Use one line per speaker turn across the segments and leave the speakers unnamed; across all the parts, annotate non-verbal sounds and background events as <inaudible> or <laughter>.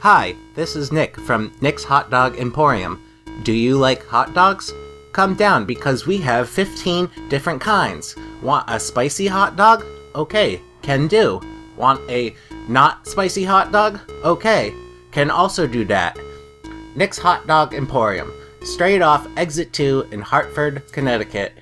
Hi, this is Nick from Nick's Hot Dog Emporium. Do you like hot dogs? Come down because we have 15 different kinds. Want a spicy hot dog? Okay, can do. Want a not spicy hot dog? Okay, can also do that. Nick's Hot Dog Emporium, straight off Exit 2 in Hartford, Connecticut.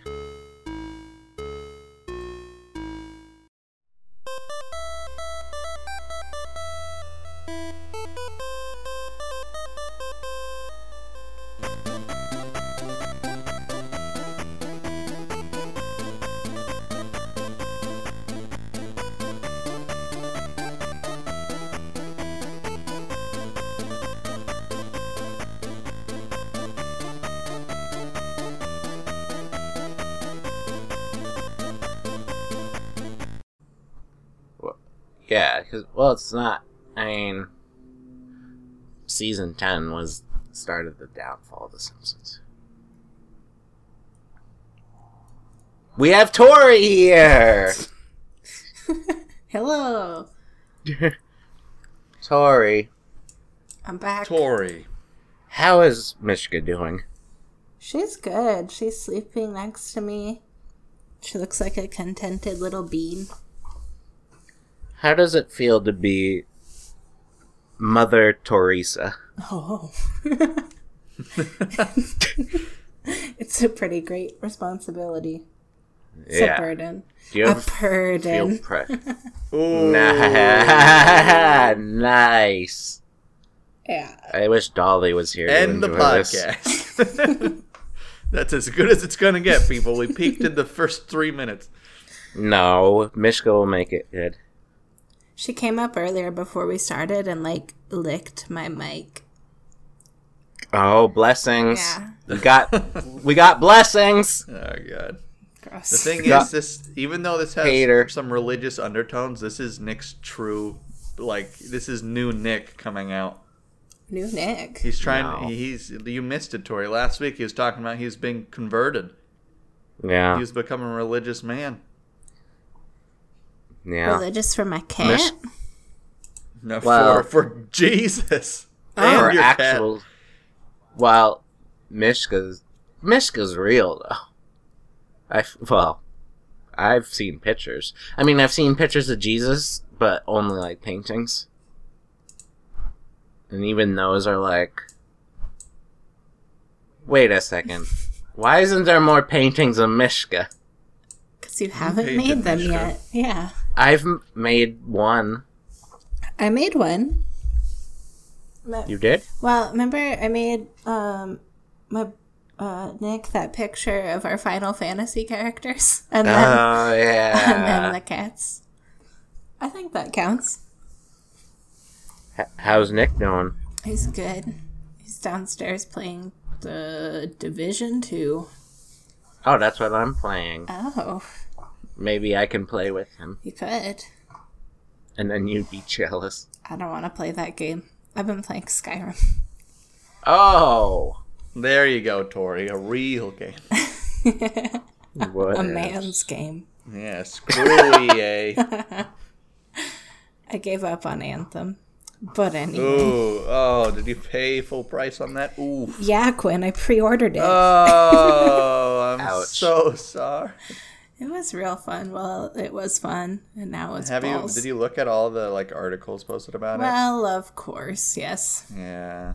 Yeah, because well, it's not. I mean, season ten was the start of the downfall of The Simpsons. We have Tori here.
Hello.
Tori,
I'm back.
Tori.
how is Mishka doing?
She's good. She's sleeping next to me. She looks like a contented little bean.
How does it feel to be Mother Teresa?
Oh. <laughs> it's a pretty great responsibility. It's a burden.
Do you
a
ever feel
burden.
pre-
Ooh.
<laughs> nice.
Yeah.
I wish Dolly was here. to
End the
enjoy this.
podcast. <laughs> That's as good as it's going to get, people. We peaked in the first three minutes.
No, Mishka will make it good.
She came up earlier before we started and like licked my mic.
Oh, blessings.
Yeah.
We got we got blessings.
Oh, God.
Gross.
The thing
Yeah.
is, this even though this has
Hater.
some religious undertones, this is Nick's true, like this is new Nick coming out.
New Nick.
He's trying.
No.
He's you missed it, Tori. Last week he was talking about he's being converted.
Yeah.
He's become a religious man.
Yeah.
Religious for my cat.
Mish-
No,
Wow.
for <laughs> for Jesus.
Or
your cat.
actual Well, Mishka's Mishka's real though. I f- well, I've seen pictures. I mean, I've seen pictures of Jesus, but only like paintings. And even those are like Wait a second. Why isn't there more paintings of Mishka?
Because you haven't
paid
made them
Mishka.
yet. Yeah.
I've m- made one.
I made one.
You did?
Well, remember I made um my uh Nick that picture of our Final Fantasy characters <laughs> and then
<laughs>
Ah.
Oh
and then <laughs>
yeah.
the cats. I think that counts.
H- How's Nick doing?
He's good. He's downstairs playing the Division 2.
Oh, that's what I'm playing.
Oh,
Maybe I can play with him,
you could.
and then you'd be jealous.
I don't want to play that game. I've been playing Skyrim.
Oh,
There you go, Tori. A real game. <laughs>
what?
A man's game.
Yeah, screw EA.
I gave up on Anthem. But anyway.
Ooh, oh, did you pay full price on that? Oof.
Yeah, Quinn, I pre-ordered it.
Uh. Oh, I'm
Ouch.
so sorry.
It was real fun. Well, it was fun, and now it's
Have you?
balls.
Did you look at all the like articles posted about
Well, of course, yes.
it? Yeah.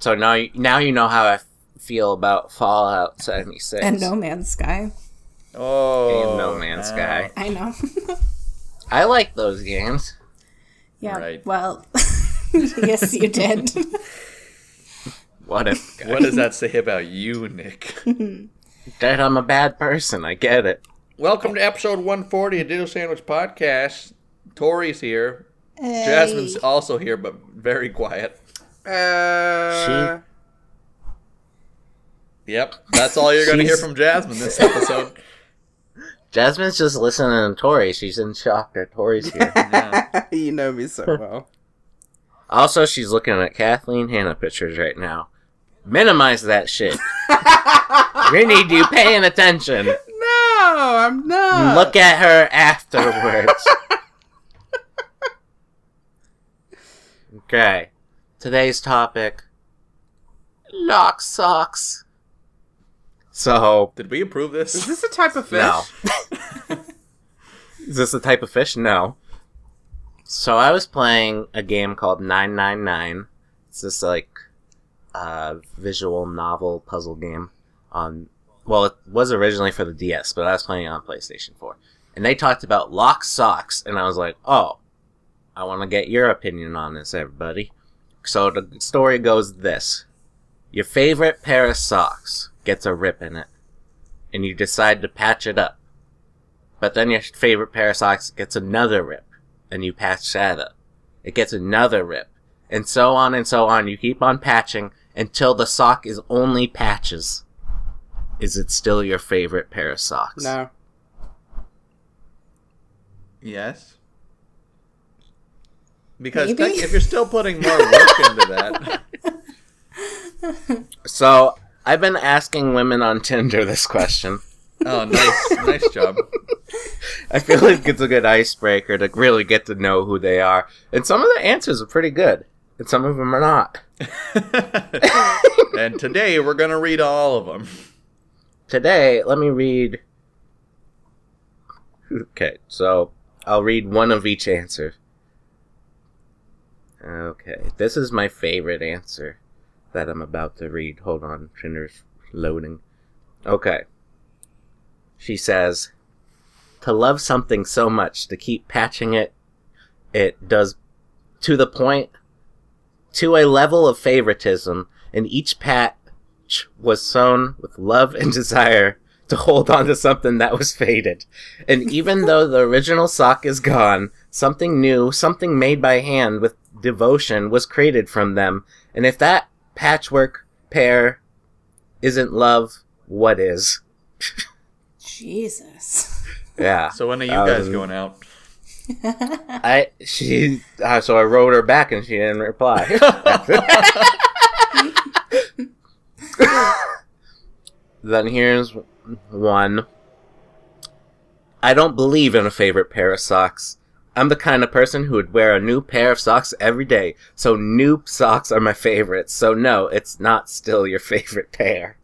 So now, you- now you know how I feel about Fallout 76.
And No Man's Sky.
Oh,
And No Man's
ouch.
Sky.
I know. <laughs>
I like those games.
yeah.
Right.
Well, <laughs> yes,
<laughs>
you did.
What if
What
<laughs>
does that say about you, Nick?
that I'm a bad person? I get it.
Welcome to episode 140 of Digital Sandwich Podcast. Tori's here.
Hey.
Jasmine's also here, but very quiet.
Uh,
She
Yep, that's all you're going to hear
She's-
from Jasmine this episode.
Jasmine's just listening to Tori. She's in shock that Tori's <laughs> here.
<laughs> you know me so well.
also, she's looking at Kathleen Hanna pictures right now. Minimize that shit. we need you paying attention.
No, I'm not.
Look at her afterwards. okay. Today's topic Lock socks. So,
Did we approve <laughs>
Is
this?
this a type of fish?
no. <laughs> Is this the type of fish? No. So, I was playing a game called 999. It's this, like, uh, visual novel puzzle game on. Well, it was originally for the DS, but I was playing it on PlayStation 4. And they talked about lock socks, and I was like, oh, I want to get your opinion on this, everybody. So, the story goes this Your favorite pair of socks gets a rip in it and you decide to patch it up. But then your favorite pair of socks gets another rip, and you patch that up. It gets another rip, and so on and so on. You keep on patching until the sock is only patches. Is it still your favorite pair of socks?
No.
Yes. Because
Maybe.
tech- if you're still putting more work into that,
So I've been asking women on Tinder this question.
<laughs> oh, nice, nice
<laughs>
job.
I feel like it's a good icebreaker to really get to know who they are. And some of the answers are pretty good, and some of them are not.
and today we're gonna read all of them.
today, let me read. Okay, so I'll read one of each answer. Okay, this is my favorite answer that I'm about to read. Hold on, Tinder's loading. Okay. She says, To love something so much, to keep patching it, it does to the point, to a level of favoritism, and each pat which was sown with love and <laughs> desire to hold on to something that was faded. And even though the original sock is gone, something new, something made by hand with devotion was created from them. And if that patchwork pair isn't love, what is?
Jesus. <laughs>
Yeah.
So when are you guys
Um,
going out?
I she uh, so I wrote her back and she didn't reply. <laughs> then here's one. I don't believe in a favorite pair of socks. I'm the kind of person who would wear a new pair of socks every day, so new socks are my favorites. So no, it's not still your <laughs> favorite pair.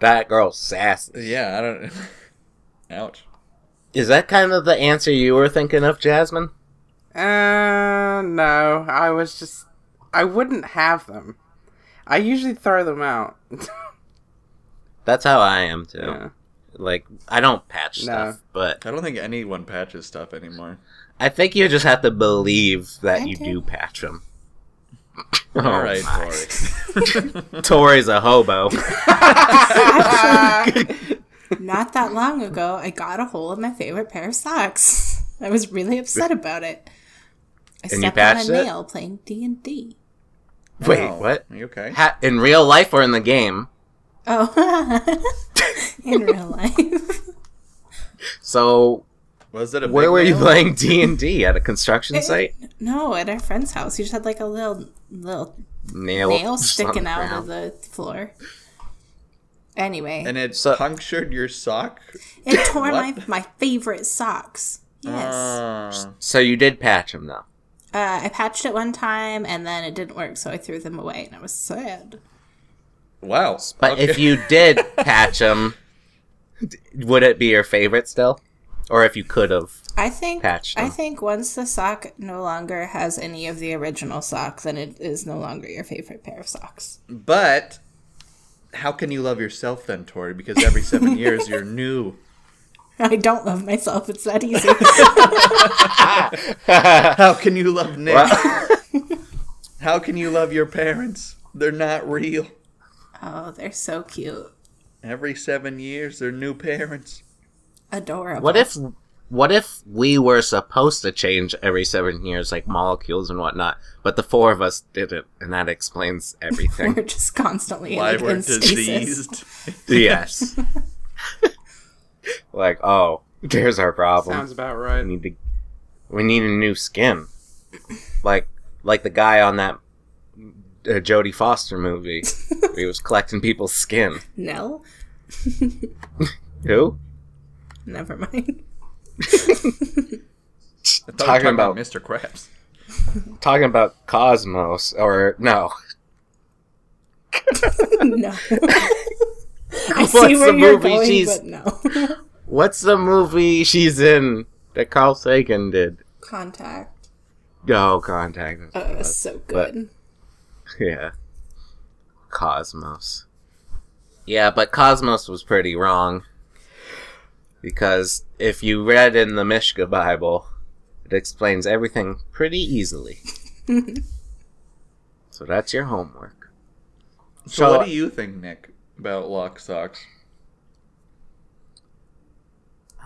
That girl's sassy.
<laughs> yeah, I don't. Ouch.
Is that kind of the answer you were thinking of, Jasmine?
Uh, no. I was just. I wouldn't have them. I usually throw them out.
That's how I am too. <laughs>
Yeah.
Like I don't patch
No.
stuff, but
I don't think anyone patches stuff anymore.
I think you just have to believe that
I
you
do.
do patch them.
All right, Tori.
Tori's a hobo.
<laughs>
Not that long ago, I got a hole in my favorite pair of socks. I was really upset about it. I
you
stepped on a
patched it?
nail playing D and D.
Wait,
Oh,
what?
Are you okay?
Ha- in real life or in the game?
Oh, <laughs> in real life.
<laughs> So
Was it a
where
big
were you
nail?
playing D and <laughs> D at a construction site?
No, at our friend's house, you just had like a little little
Nail,
nail
just on the
sticking out of
ground.
the floor. Anyway,
And it
So-
punctured your sock.
it
<laughs>
tore my
What?
my favorite socks. Yes.
Uh.
Ah.
<laughs> So you did patch him though.
Uh, I patched it one time and then it didn't work, so I threw them away and I was sad.
wow.
But if
Okay.
you <laughs> did patch him, d- would it be your favorite still? Or if you could have?
I think
Patched
I
them.
think once the sock no longer has any of the original sock, then it is no longer your favorite pair of socks. <laughs>
But how can you love yourself then, Tori? Because
<laughs>
every seven years you're new.
I don't love myself; it's
<laughs>
that easy.
How can you love Nick? how can you love your parents? They're not real.
oh, they're so cute,
Every seven years they're new parents.
adorable.
What
<laughs>
if what if we were supposed to change every seven years, like molecules and whatnot, but the four of us didn't, and that explains <laughs>
we're
everything.
just constantly
Why
like,
we're
in stasis?
<laughs> diseased.
yes. <laughs> like, oh, there's our problem.
Sounds about
we
right.
need to we need a new skin. Like like the guy on that uh, Jodie Foster movie. where he was collecting people's skin.
No,
Who?
never mind.
<laughs>
I thought we were
Talking about
Mr. Krabs.
talking about Cosmos, or no,
no. <laughs> I
What's
see where
the
you're
movie
going,
she's-
but no. <laughs>
what's the movie she's in that Carl Sagan did?
Contact.
Oh, Contact.
Oh,
Uh,
it was so good.
<laughs> Yeah. Cosmos. Yeah, but Cosmos was pretty wrong. Because if you read in the Mishka Bible, it explains everything pretty easily. so that's your homework.
So,
So-
what do you think, Nick, about lock socks?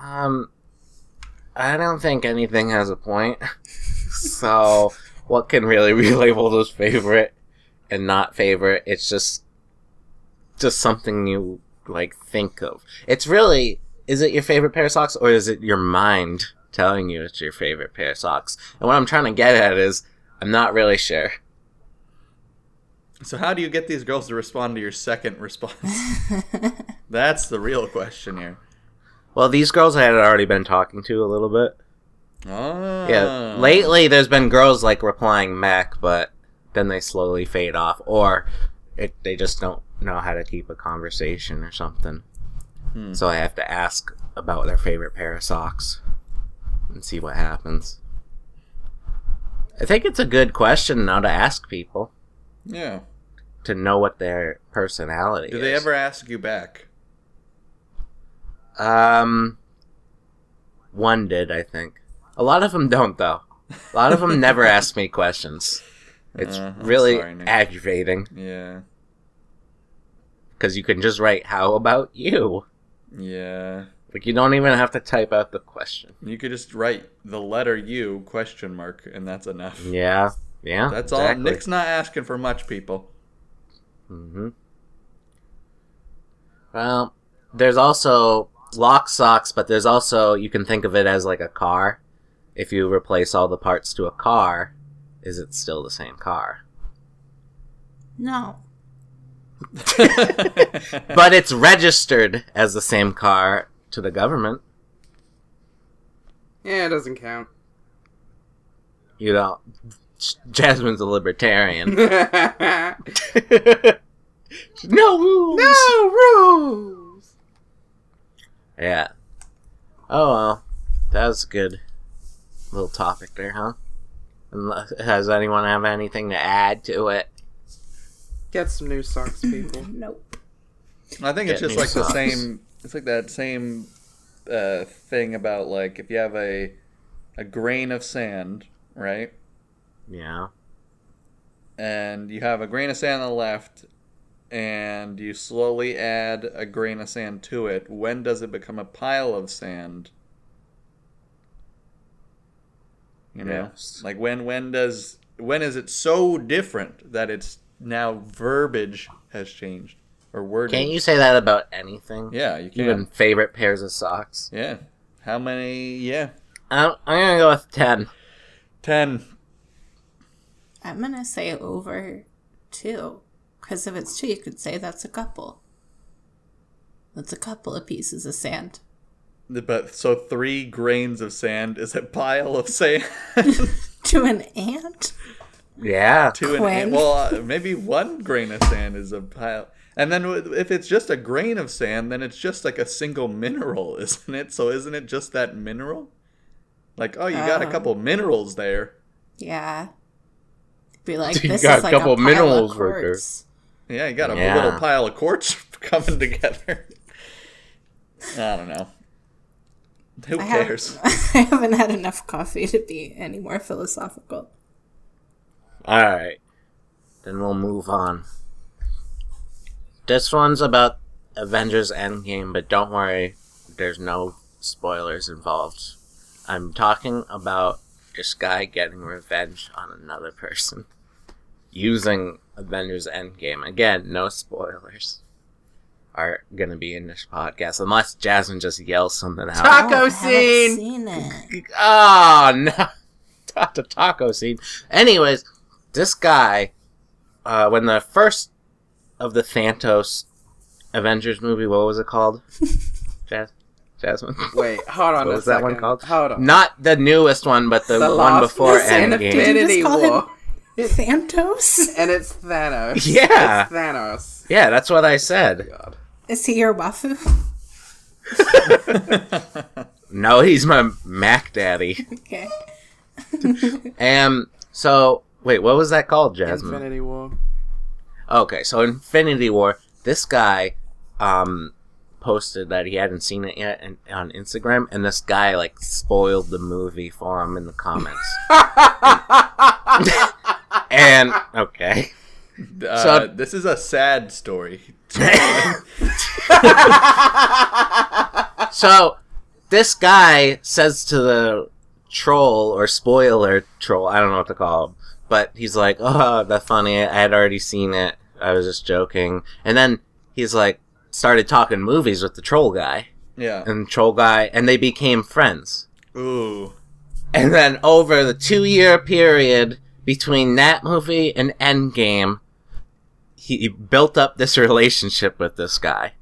Um, I don't think anything has a point. <laughs> so, what can really be <laughs> labeled as favorite and not favorite? It's just, just something you like think of. It's really, is it your favorite pair of socks or is it your mind telling you it's your favorite pair of socks? And what I'm trying to get at is, I'm not really sure.
So how do you get these girls to respond to your second response? That's the real question here.
Well, these girls I had already been talking to a little bit.
Oh.
Yeah. Lately, there's been girls like replying Mac, but then they slowly fade off, or it, they just don't know how to keep a conversation or something.
Hmm.
So I have to ask about their favorite pair of socks and see what happens. I think it's a good question now to ask people
Yeah.
to know what their personality
Do
is.
they ever ask you back?
Um, one did, I think. A lot of them don't, though. A lot of them
<laughs>
never ask me questions. It's
Uh, I'm
really
sorry, Nick.
aggravating
Yeah.
because you can just write "How about you?"
Yeah.
Like you don't even have to type out the question.
You could just write the letter U question mark and that's enough.
Yeah, yeah.
That's all.
exactly.
Nick's not asking for
<laughs>
much, people.
Mm-hmm. Well, there's also lock socks, but there's also you can think of it as like a car. If you replace all the parts to a car, is it still the same car?
No.
<laughs> but it's registered as the same car to the government. Mm-hmm.
Yeah, it doesn't
<laughs>
count. <laughs>
You know, Jasmine's a libertarian. <laughs>
no
no rules.
rules.
Yeah. Oh well, that was a good little topic there, huh? Unless, has anyone have anything to add to it?
Get some new socks, people.
Nope.
I think it's
Get
just
new
like the
socks.
same. It's like that same uh, thing about like if you have a a grain of sand, right?
Yeah.
And you have a grain of sand on the left, and you slowly add a grain of sand to it. When does it become a pile of sand? You know,
Yes.
like when when does when is it so different that it's now verbiage has changed or wording?
Can't you say that about anything?
Yeah, you can.
Even favorite pairs of socks.
Yeah. How many? Yeah.
I'm, I'm gonna go with ten.
Ten.
I'm going to say over two. Because if it's two, you could say that's a couple. That's a couple of pieces of sand. <laughs>
But so three grains of sand is a pile of sand
To an ant?
Yeah.
to an
Quinn.
ant. Well, uh, maybe one grain of sand is a pile. And then w- if it's just a grain of sand, then it's just like a single mineral, <laughs> isn't it? So isn't it just that mineral? Like, oh, you got a
Oh.
couple minerals there.
Yeah. Be like,
You
this
got
is
a
like a
couple
pile
minerals
of
right there.
quartz.
Yeah, you got a
Yeah.
little pile of quartz <laughs> coming together. <laughs> I don't know. Who
I have-
cares?
<laughs> I haven't had enough coffee to be any more philosophical.
All right. Then we'll move on. This one's about Avengers Endgame, but don't worry, there's no spoilers involved. I'm talking about this guy getting revenge on another person using Avengers Endgame. Again, no spoilers are going to be in this podcast, unless Jasmine just yells something out.
Taco
Oh, I haven't
scene.
seen it.
<laughs> Oh no, not the taco scene. Anyways, this guy, uh, when the first of the Thanos Avengers movie, what was it called? Jazz? Jasmine.
Wait, hold on
What
a
was that
second.
one called?
Hold on.
Not the newest one, but the,
The
one
last
before
one. Listen,
Endgame.
Infinity
if Did you just call him-
War.
Thantos?
And it's Thanos.
Yeah.
It's Thanos.
Yeah, that's what I said.
God.
Is he your wafu?
No, he's my Mac
<laughs>
Daddy.
<laughs> Okay.
Um. So wait, what was that called, Jasmine?
Infinity War.
Okay, so Infinity War. This guy, um, posted that he hadn't seen it yet in, on Instagram, and this guy like spoiled the movie for him in the comments. and okay,
Uh, this is a sad story.
<laughs> so this guy says to the troll or spoiler troll, I don't know what to call him, but he's like, "Oh, that's funny. I had already seen it. I was just joking." And then he's like, started talking movies with the troll guy.
Yeah.
and troll guy and they became friends
Ooh.
and then over the two year period between that movie and endgame he he built up this relationship with this guy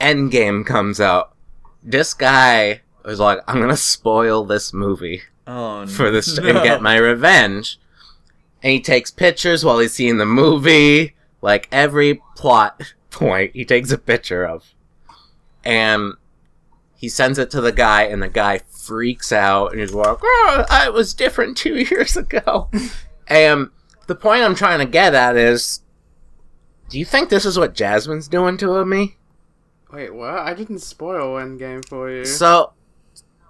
endgame comes out this guy was like i'm gonna spoil this movie
Oh.
for
<laughs>
this
no.
and get my revenge and he takes pictures while he's seeing the movie like every plot <laughs> point he takes a picture of and he sends it to the guy and the guy freaks out and he's like oh, i was different two <laughs> years ago and the point i'm trying to get at is do you think this is what jasmine's doing to me
Wait, what? I didn't spoil Endgame for you.
so,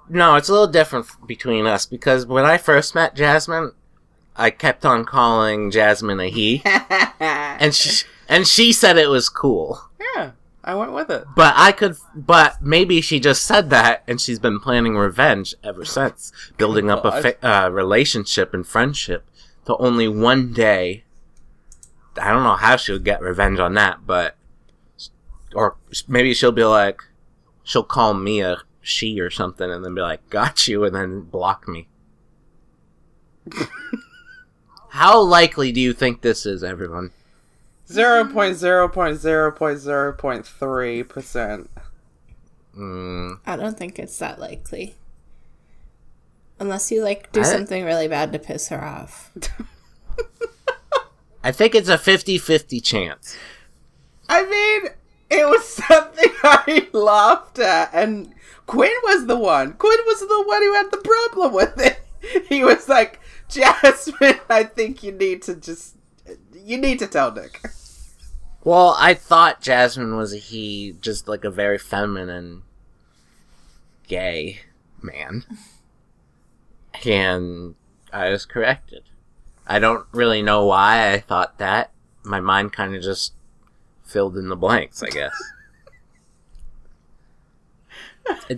no, it's a little different f- between us because when I first met Jasmine, I kept on calling Jasmine a he,
<laughs> yeah,
and she and she said it was cool,
I went with it.
but I could, but maybe she just said that, and she's been planning revenge ever since, building up a fa- uh, relationship and friendship to only one day. I don't know how she'll get revenge on that, but or maybe she'll be like, she'll call me a she or something, and then be like, "Got you," and then block me. how likely do you think this is, everyone?
<laughs> Zero point zero point zero point zero point three percent.
Mm,
I don't think it's that likely. Unless you like do
I-
something really bad to piss her off.
I think it's a 50-50 chance.
I mean, it was <laughs> something I laughed at, and Quinn was the one. Quinn was the one who had the problem with it. <laughs> He was like, Jasmine, I think you need to just, you need to tell Nick. <laughs>
Well, I thought Jasmine was a he, just like a very feminine, gay man. And I was corrected. I don't really know why I thought that. My mind kind of just filled in the blanks, I
<laughs>
guess.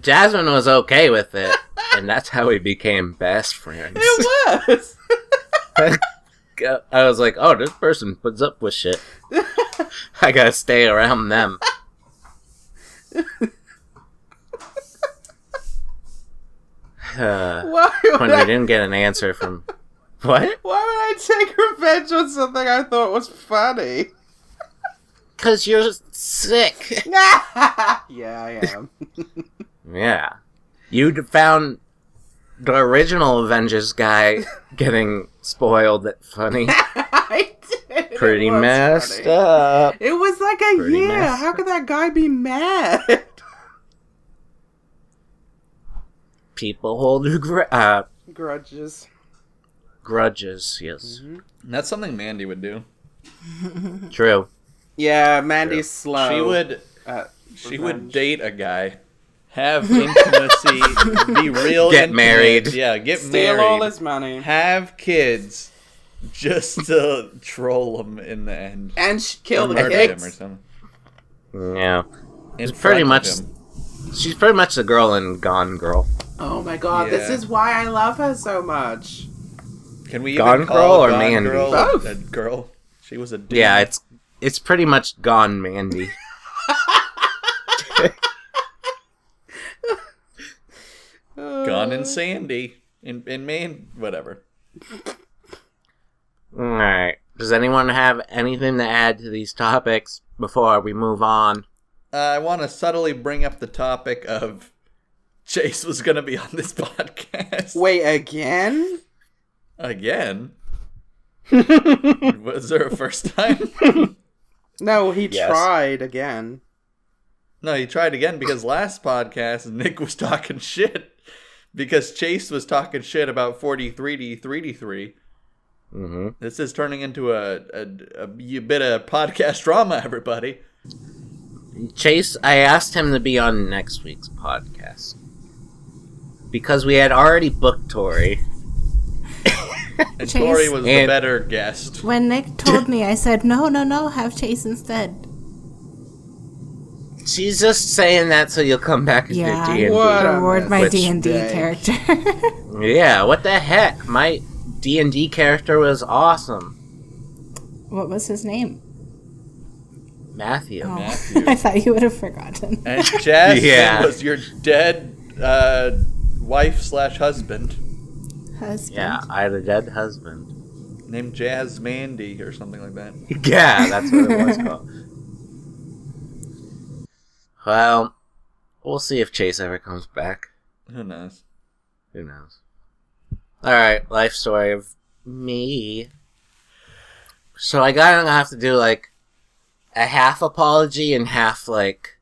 Jasmine was okay with it, and that's how we became best friends.
<laughs> It was.
I was like, oh, this person puts up with shit. I gotta stay around them. <sighs> Uh,
Why would
when we
I?
didn't get an answer from. What?
Why would I take revenge on something I thought was funny?
Because you're sick.
<laughs> yeah, I
<laughs>
am.
Yeah. You found the original Avengers guy getting spoiled at funny.
I did. It
Pretty
was
messed
funny.
up.
It was like a
Pretty
year.
messed
How could that guy
<laughs>
be mad?
People hold gr- uh,
Grudges.
grudges, yes.
That's something Mandy would do.
True.
Yeah, Mandy's slow.
She would.
Uh,
She would
revenge.
date a guy,
<laughs>
have intimacy, be real,
Get
intimate.
married.
Yeah, get
steal
married.
all his money.
have kids, just to troll him in the end.
And sh- kill the
Murder him or
kids.
something.
Yeah.
In
It's pretty
front of
much-
him.
She's pretty much the girl in Gone Girl.
Oh my god, this
Yeah.
is why I love her so much.
Can we
Gone
even call
Girl or
Gone
Mandy?
Girl
Both.
A girl. She was a dude.
Yeah, it's it's pretty much gone, Mandy.
Uh,
Gone and Sandy in in Maine. Whatever.
All right. Does anyone have anything to add to these topics before we move on?
uh, I want to subtly bring up the topic of Chase was going to be on this <laughs> podcast
Wait, again?
again. was there a first time?
No, he
Yes.
tried again.
No, he tried again because last podcast Nick was talking shit because Chase was talking shit about 43D 3D3.
Mm-hmm.
This is turning into a, a, a bit of podcast drama, everybody.
Chase, I asked him to be on next week's podcast because we had already booked Tori.
And
Chase-
Tori was the
And-
better guest.
When Nick told me, I said, no, no, no, have Chase instead.
She's just saying that so you'll come back and
Yeah.
do D&D.
What?
Reward my
Which
D&D
day?
character. <laughs>
Yeah, what the heck? My D&D character was awesome.
what was his name?
Matthew.
Oh,
Matthew.
<laughs> I thought you would have
<laughs>
forgotten.
And Jasmine
Yeah.
was your dead uh, wife slash husband
Husband.
Yeah, I had a dead husband.
named Jazz Mandy or something like that.
Yeah, that's what it was called. Well, we'll see if Chase ever comes back.
Who knows?
Who knows? All right, life story of me. So I got to have to do like a half apology and half like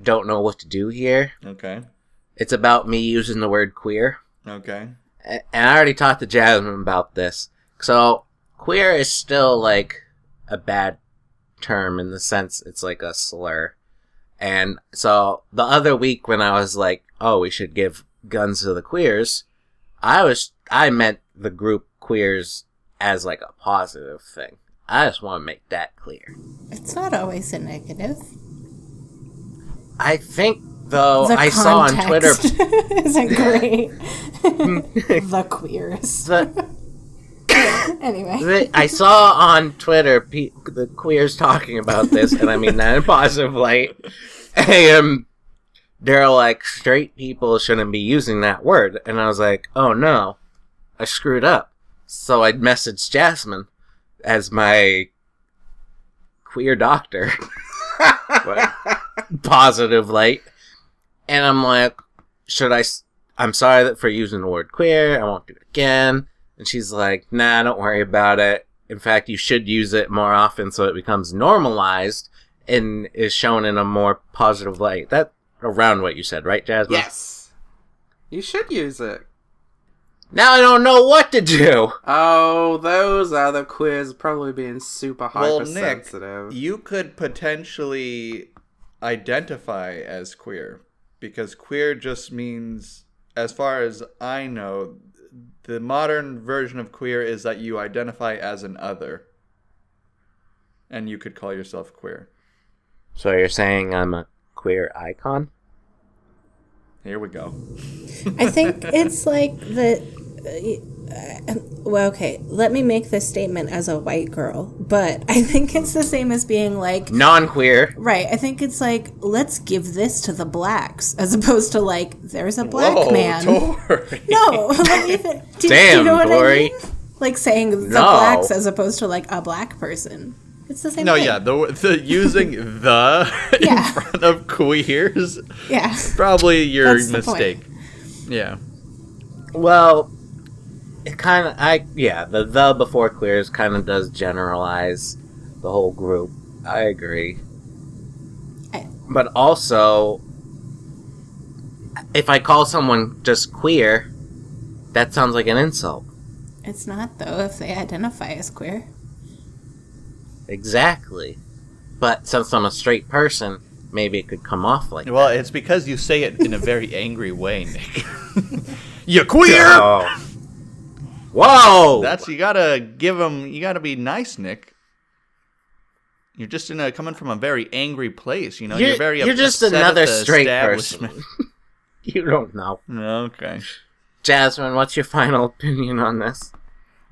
don't know what to do here.
Okay.
It's about me using the word queer.
Okay.
A- And I already talked to Jasmine about this. So queer is still like a bad term in the sense it's like a slur. And so the other week when I was like, "Oh, we should give guns to the queers," I was I meant the group queers as like a positive thing. I just want to make that clear.
It's not always a negative.
I think though
the
I saw on Twitter <laughs>
context <laughs> isn't great. <laughs> the queers.
the, <laughs>
Anyway.
the- I saw on Twitter pe- the queers talking about this, and I mean that in a positive light. And they're like, straight people shouldn't be using that word. And I was like, oh no, I screwed up. So I messaged Jasmine as my queer doctor, But positive light. And I'm like, should I? S- I'm sorry that for using the word queer. I won't do it again. And she's like, nah, don't worry about it. In fact, you should use it more often so it becomes normalized and is shown in a more positive light. That around what you said, right, Jasmine?
Yes. You should use it.
Now I don't know what to do.
Oh, those are the quiz probably being super
Well, Nick,
hypersensitive.
you could potentially identify as queer because queer just means, as far as I know, the modern version of queer is that you identify as an other and you could call yourself queer.
So you're saying I'm a queer icon?
Here we go.
I think it's like the. uh, well, okay, let me make this statement as a white girl, but I think it's the same as being like,
Non queer.
right, I think it's like, let's give this to the blacks, as opposed to like, there's a black
Whoa,
man.
Tori.
No, <laughs> like even do, do you
Damn,
know what
Tori.
I mean? Like saying the
No.
blacks as opposed to like a black person. It's the same
No,
thing.
yeah, the, the using the <laughs>
Yeah.
in front of queers
Yeah. <laughs>
probably your
That's the point.
mistake. Yeah.
Well, it kind of I yeah the the before queers kind of does generalize the whole group. I agree,
I-
but also if I call someone just queer, that sounds like an insult.
It's not though if they identify as queer.
Exactly, but since I'm a straight person, maybe it could come off like
Well, it's because you say it in a very angry way, Nick. <laughs> you queer. Oh
Oh. Whoa!
That's you gotta give them. You gotta be nice, Nick. You're just in a coming from a very angry place. You know, you're,
You're-
very.
you're just
upset at
another
the
straight
establishment. <laughs>
<laughs> you don't know,
okay.
Jasmine. What's your final opinion on this?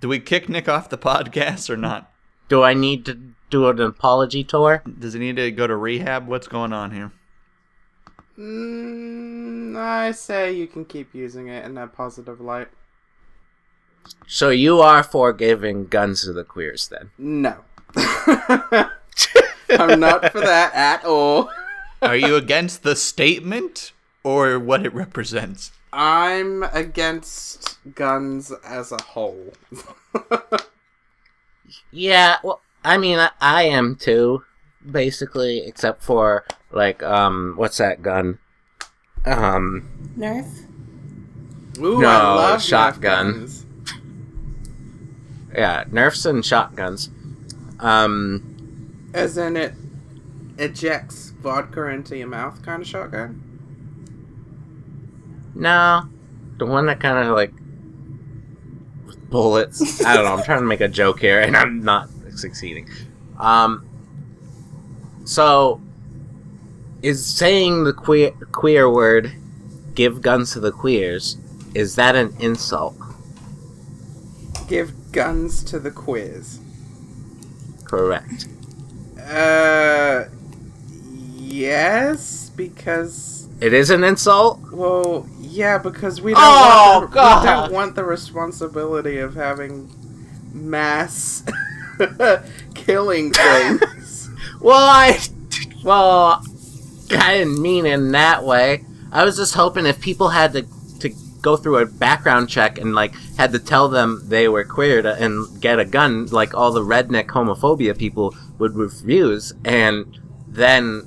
Do we kick Nick off the podcast or not?
Do I need to do an apology tour?
Does he need to go to rehab? What's going on here?
Mm, I say you can keep using it in that positive light.
So you are for giving guns to the queers <laughs> then?
No. I'm not for that at all.
Are <laughs> you against the statement or what it represents?
I'm against guns as a whole. <laughs>
Yeah, well, I mean, I, I am too, basically, except for like, um, what's that gun? Um,
Nerf?
Ooh,
No,
I love
shotgun.
shotguns.
yeah, Nerfs and shotguns. Um,
As in it ejects vodka into your mouth kind of shotgun.
no, the one that kind of like with bullets. I don't know. I'm trying to make a joke here, and I'm not succeeding. Um, so is saying the queer queer word, give guns to the queers, is that an insult?
Give guns to the quiz.
Correct.
Uh, yes, because
It is an insult.
well, yeah, because we don't,
Oh,
want, the,
God.
we don't want the responsibility of having mass <laughs>
<laughs>
killing things.
Well, I, <laughs> well, I didn't mean in that way. I was just hoping if people had to to go through a background check and like had to tell them they were queer to, and get a gun, like all the redneck homophobia people would refuse, and then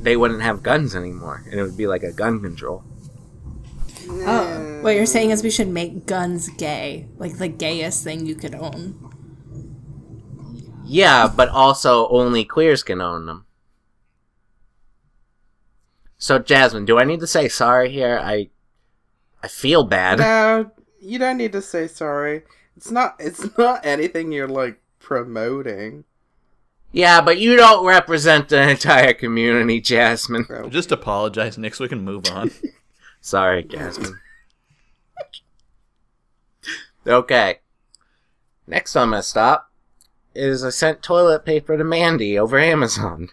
they wouldn't have guns anymore, and it would be like a gun control.
Oh, what you're saying is we should make guns gay, like the gayest thing you could own.
Yeah, but also only queers can own them. So Jasmine, do I need to say sorry here? I I feel bad.
No, you don't need to say sorry. It's not. It's not anything you're like promoting.
Yeah, but you don't represent the entire community, Jasmine.
So.
Just apologize next week and move on.
Sorry, Jasmine. okay. Next on my stop is I sent toilet paper to Mandy over Amazon.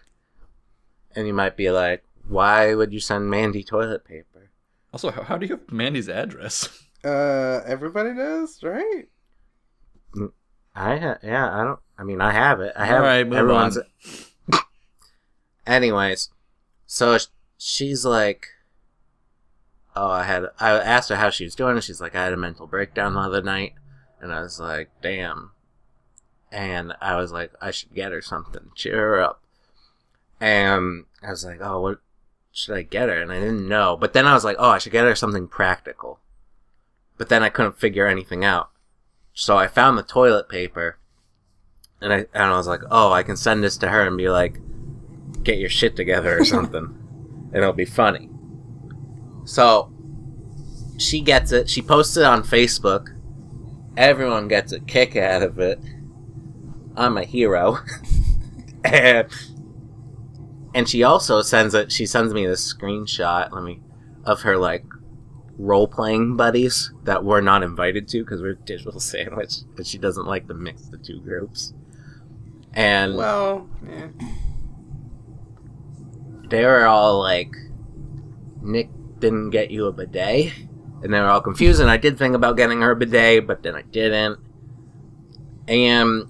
And you might be like, why would you send Mandy toilet paper?
<laughs> also, how, how do you have Mandy's address?
Uh, everybody does, right?
I ha- yeah, I don't. I mean, I have it. I have
All right, move
everyone's.
on.
Anyways, so sh- she's like, "Oh, I had." I asked her how she was doing, and she's like, "I had a mental breakdown the other night," and I was like, "Damn." And I was like, "I should get her something, cheer her up." And I was like, "Oh, what should I get her?" And I didn't know, but then I was like, "Oh, I should get her something practical." But then I couldn't figure anything out so I found the toilet paper, and I and I was like, oh, I can send this to her and be like, get your shit together or something, and it'll be funny. So she gets it. She posts it on Facebook. Everyone gets a kick out of it. I'm a hero. <laughs> and, and she also sends it. She sends me this screenshot. Let me of her like role playing buddies that we're not invited to because we're digital <laughs> sandwich, but she doesn't like to mix the two groups. And
Well, eh. yeah.
they were all like, Nick didn't get you a bidet. And they were all confused, and I did think about getting her a bidet, but then I didn't. And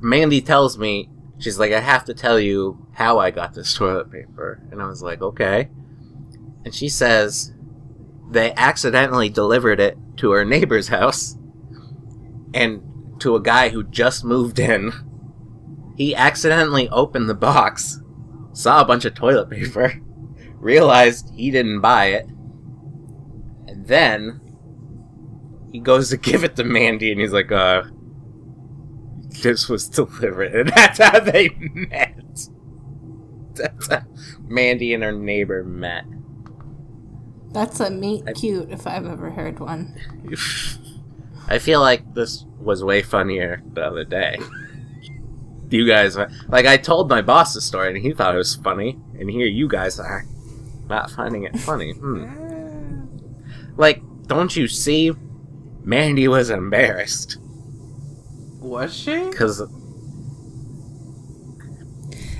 Mandy tells me, she's like, I have to tell you how I got this toilet paper. And I was like, okay. And she says, they accidentally delivered it to her neighbor's house and to a guy who just moved in. He accidentally opened the box saw a bunch of toilet paper, <laughs> realized he didn't buy it, and then he goes to <laughs> give it to Mandy and he's like, uh, this was delivered. <laughs> And that's how they met. That's how Mandy and her neighbor met.
That's a meat
I-
cute if I've ever heard one.
I feel like this was way funnier the other day. You guys, are- like, I told my boss the story and he thought it was funny, and here you guys are not finding it funny. Hmm. Like, don't you see? Mandy was embarrassed
Was she?
because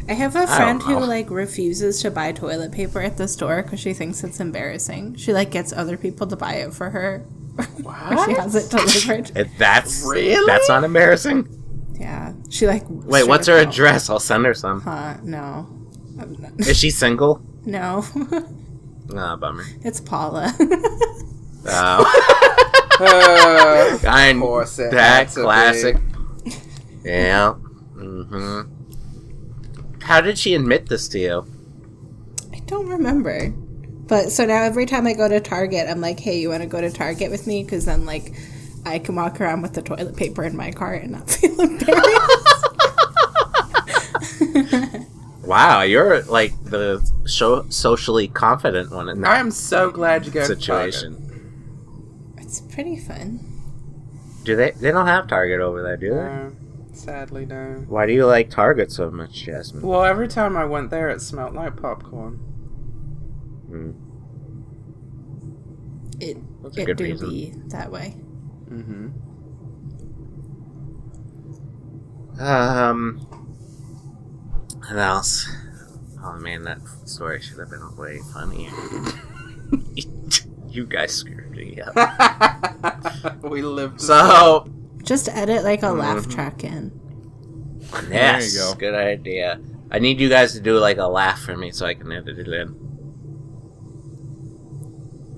I have a
don't
friend who
know.
like refuses to buy toilet paper at the store because she thinks it's embarrassing. She like gets other people to buy it for her. Or she has it delivered.
that's
Really?
that's not embarrassing.
yeah. She like
Wait, what's her
straight up-
address? I'll send her some.
Uh, no. I'm not-
Is she single?
<laughs> No, <laughs>
Ah, bummer.
it's Paula. <laughs>
Oh,
Uh,
I,
Of course it had
that
to be.
classic. <laughs> Yeah. Mm-hmm. How did she admit this to you?
I don't remember. But so now every time I go to Target, I'm like, hey, you want to go to Target with me? Because then, like, I can walk around with the toilet paper in my cart and not <laughs>
<laughs>
feel embarrassed.
Wow, you're like the so- socially confident one in
I
that
am so glad you go
situation.
it's pretty fun.
Do they? They don't have Target over there, do
To
they?
Target. no, sadly no.
Why do you like Target so much, Jasmine?
Well, every time I went there, it smelled like popcorn.
It,
Hmm, That's a
it
good
do
reason.
be that way.
Mm-hmm.
Um, what else? Oh man, that story should have been way funnier. <laughs> you guys screwed me
<laughs>
up.
we lived.
So
Just edit like a
Mm-hmm.
laugh track in. <laughs>
yes,
go.
good idea. I need you guys to do like a laugh for me so I can edit it in.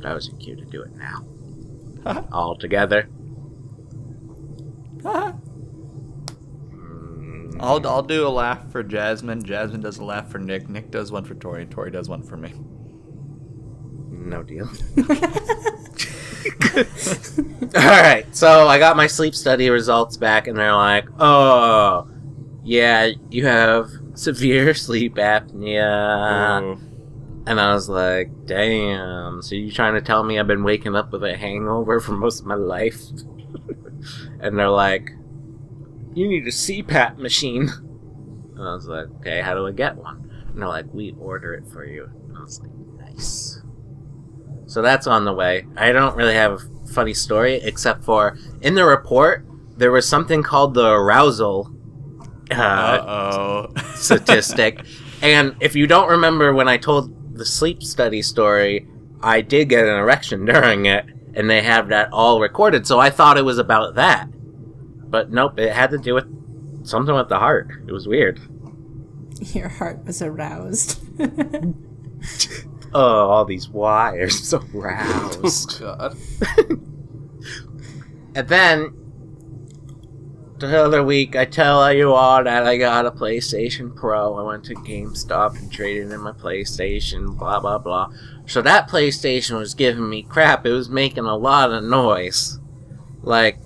That was cue to do it now.
<laughs>
All together. Mm,
I'll, I'll do a laugh for Jasmine. Jasmine does a laugh for Nick. Nick does one for Tori. Tori does one for me.
No deal. <laughs> All right, so I got my sleep study results back, and they're like, "Oh, yeah, you have severe <laughs> sleep apnea."
Ooh.
And I was like, "Damn! So you trying to tell me I've been waking up with a hangover for most of my life?" <laughs> and they're like, "You need a CPAP machine." <laughs> And I was like, "Okay, how do I get one?" And they're like, "We order it for you." And I was like, "Nice." So that's on the way. I don't really have a funny story except for in the report there was something called the arousal uh,
Uh-oh. <laughs>
statistic, and if you don't remember when I told the sleep study story, I did get an erection during it, and they have that all recorded. So I thought it was about that, but nope, it had to do with something with the heart. It was weird.
Your heart
<laughs>
was aroused.
Oh, all these wires, <laughs> so roused.
God.
And then the other week, I tell you all that I got a PlayStation Pro. I went to GameStop and traded in my PlayStation, blah, blah, blah. So that PlayStation was giving me crap. It was making a lot of noise. Like,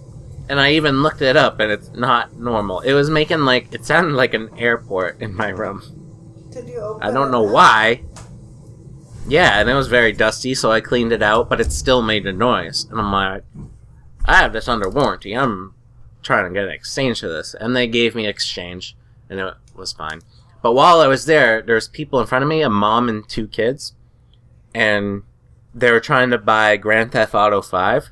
and I even looked it up, and it's not normal. It was making, like, it sounded like an airport in my room.
Did you open
I don't know why. Yeah, and it was very dusty, so I cleaned it out, but it still made a noise. And I'm like, I have this under warranty. I'm trying to get an exchange for this. And they gave me exchange, and it was fine. But while I was there, there was people in front of me, a mom and two kids, and they were trying to buy Grand Theft Auto 5.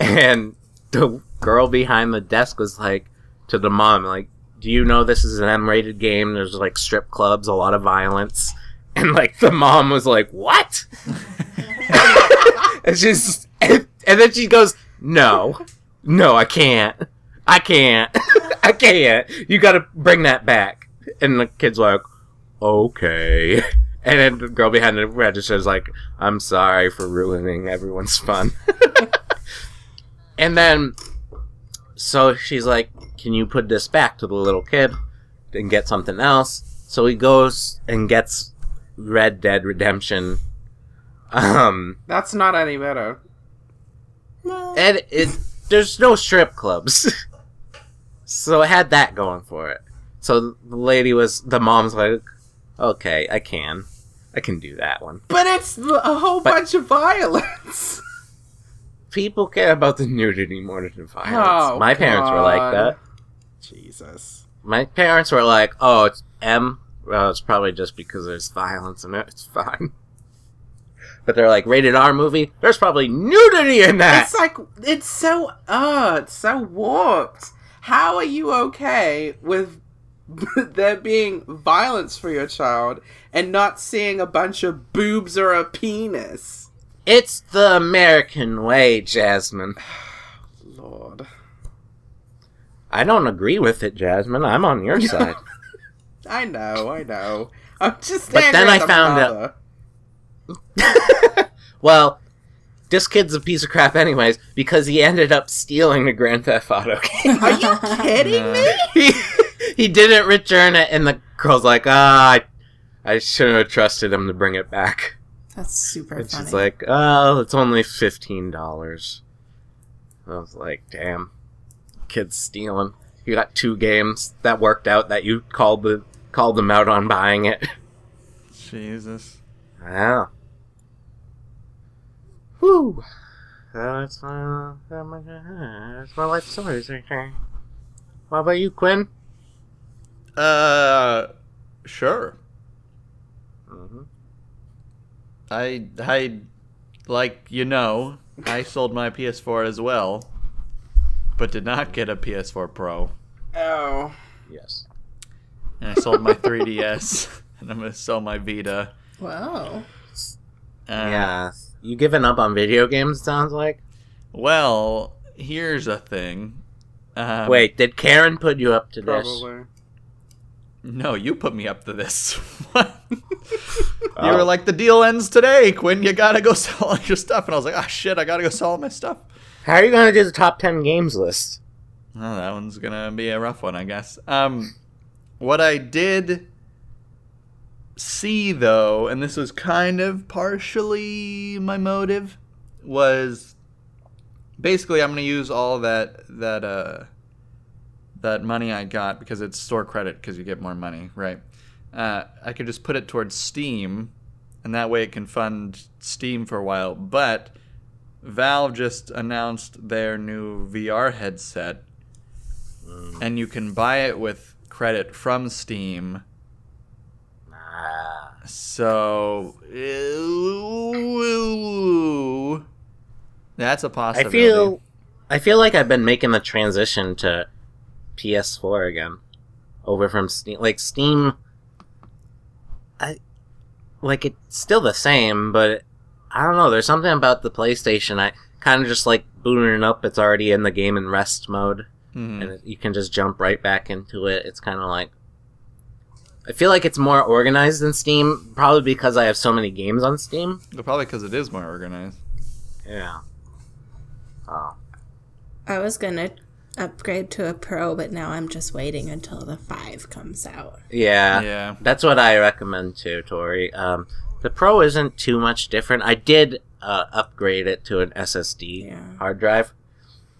And the girl behind the desk was like to the mom, like, do you know this is an M-rated game? There's like strip clubs, a lot of violence, <laughs> and like the mom was like, "What?" <laughs> and she's and, and then she goes, "No, no, I can't, I can't, <laughs> I can't. You got to bring that back." And the kid's like, "Okay." And then the girl behind the register is like, "I'm sorry for ruining everyone's fun." <laughs> and then, so she's like, can you put this back to the little kid and get something else? So he goes and gets Red Dead Redemption. Um,
That's not any better.
and it, there's no strip clubs. <laughs> so it had that going for it. So the lady was, the mom's like, okay, I can. I can do that one.
But it's l- a whole
But-
bunch of violence. <laughs>
People care about the nudity more than the violence.
Oh,
My parents were like
God.
that.
Jesus.
My parents were like, "Oh, it's M. Well, it's probably just because there's violence in it. It's fine." <laughs> But they're like, "Rated R movie. There's probably nudity in that."
It's like it's so uh, it's so warped. How are you okay with <laughs> there being violence for your child and not seeing a bunch of boobs or a penis?
It's the American way, Jasmine.
Lord.
<laughs>
I don't agree with it, Jasmine. I'm on your side.
I know, I know. I'm just.
But then
angry
I
at the
found out-
father.
Well, this kid's a piece of crap, anyways, because he ended up stealing the Grand Theft Auto <laughs> game.
<laughs>
Are you kidding
No.
me?
he, he didn't return it, and the girl's like, ah, I, I shouldn't have trusted him to bring it back.
That's super
And
funny.
she's like, oh, it's only $15. I was like, damn, kid's stealing. You got two games that worked out that you called the called them out on buying it. <laughs>
Jesus.
Wow. Whew. That's uh, oh my, that's my life stories right there. What about you, Quinn?
Uh, sure.
Mm-hmm.
I I like you know I sold my PS4 as well, but did not get a PS4 Pro.
Oh.
Yes.
And I sold my 3DS, <laughs> and I'm gonna sell my Vita.
Whoa.
Uh,
yeah. You giving up on video games, sounds like?
Well, here's a thing. Um,
Wait, did Karen put you up to this?
Probably.
No, you put me up to this. <laughs> What? You
Oh.
were like, the deal ends today, Quinn. You gotta go <laughs> sell all your stuff. And I was like, ah, shit, I gotta go sell all my stuff.
How are you going to do the top 10 games list?
Oh, that one's gonna be a rough one, I guess. Um, what I did see though, and this was kind of partially my motive, was basically I'm gonna use all that that uh that money I got because it's store credit because you get more money, right? Uh, I could just put it towards Steam, and that way it can fund Steam for a while. But Valve just announced their new VR headset, and you can buy it with credit from Steam.
Ah,
So, ew, that's a
I
possibility.
feel I feel like I've been making the transition to PS4 again over from Steam. Like Steam I like it's still the same, but I don't know, there's something about the PlayStation I kind of just like booting it up, it's already in the game in rest mode
Mhm.
and you can just jump right back into it. It's kind of like I feel like it's more organized than Steam, probably because I have so many games on Steam.
probably because it is more organized.
Yeah. Oh.
I was gonna upgrade to a pro, but now I'm just waiting until the five comes out.
Yeah.
yeah,
That's what I recommend too, Tori. Um, the Pro isn't too much different. I did uh, upgrade it to an SSD
Yeah.
hard drive,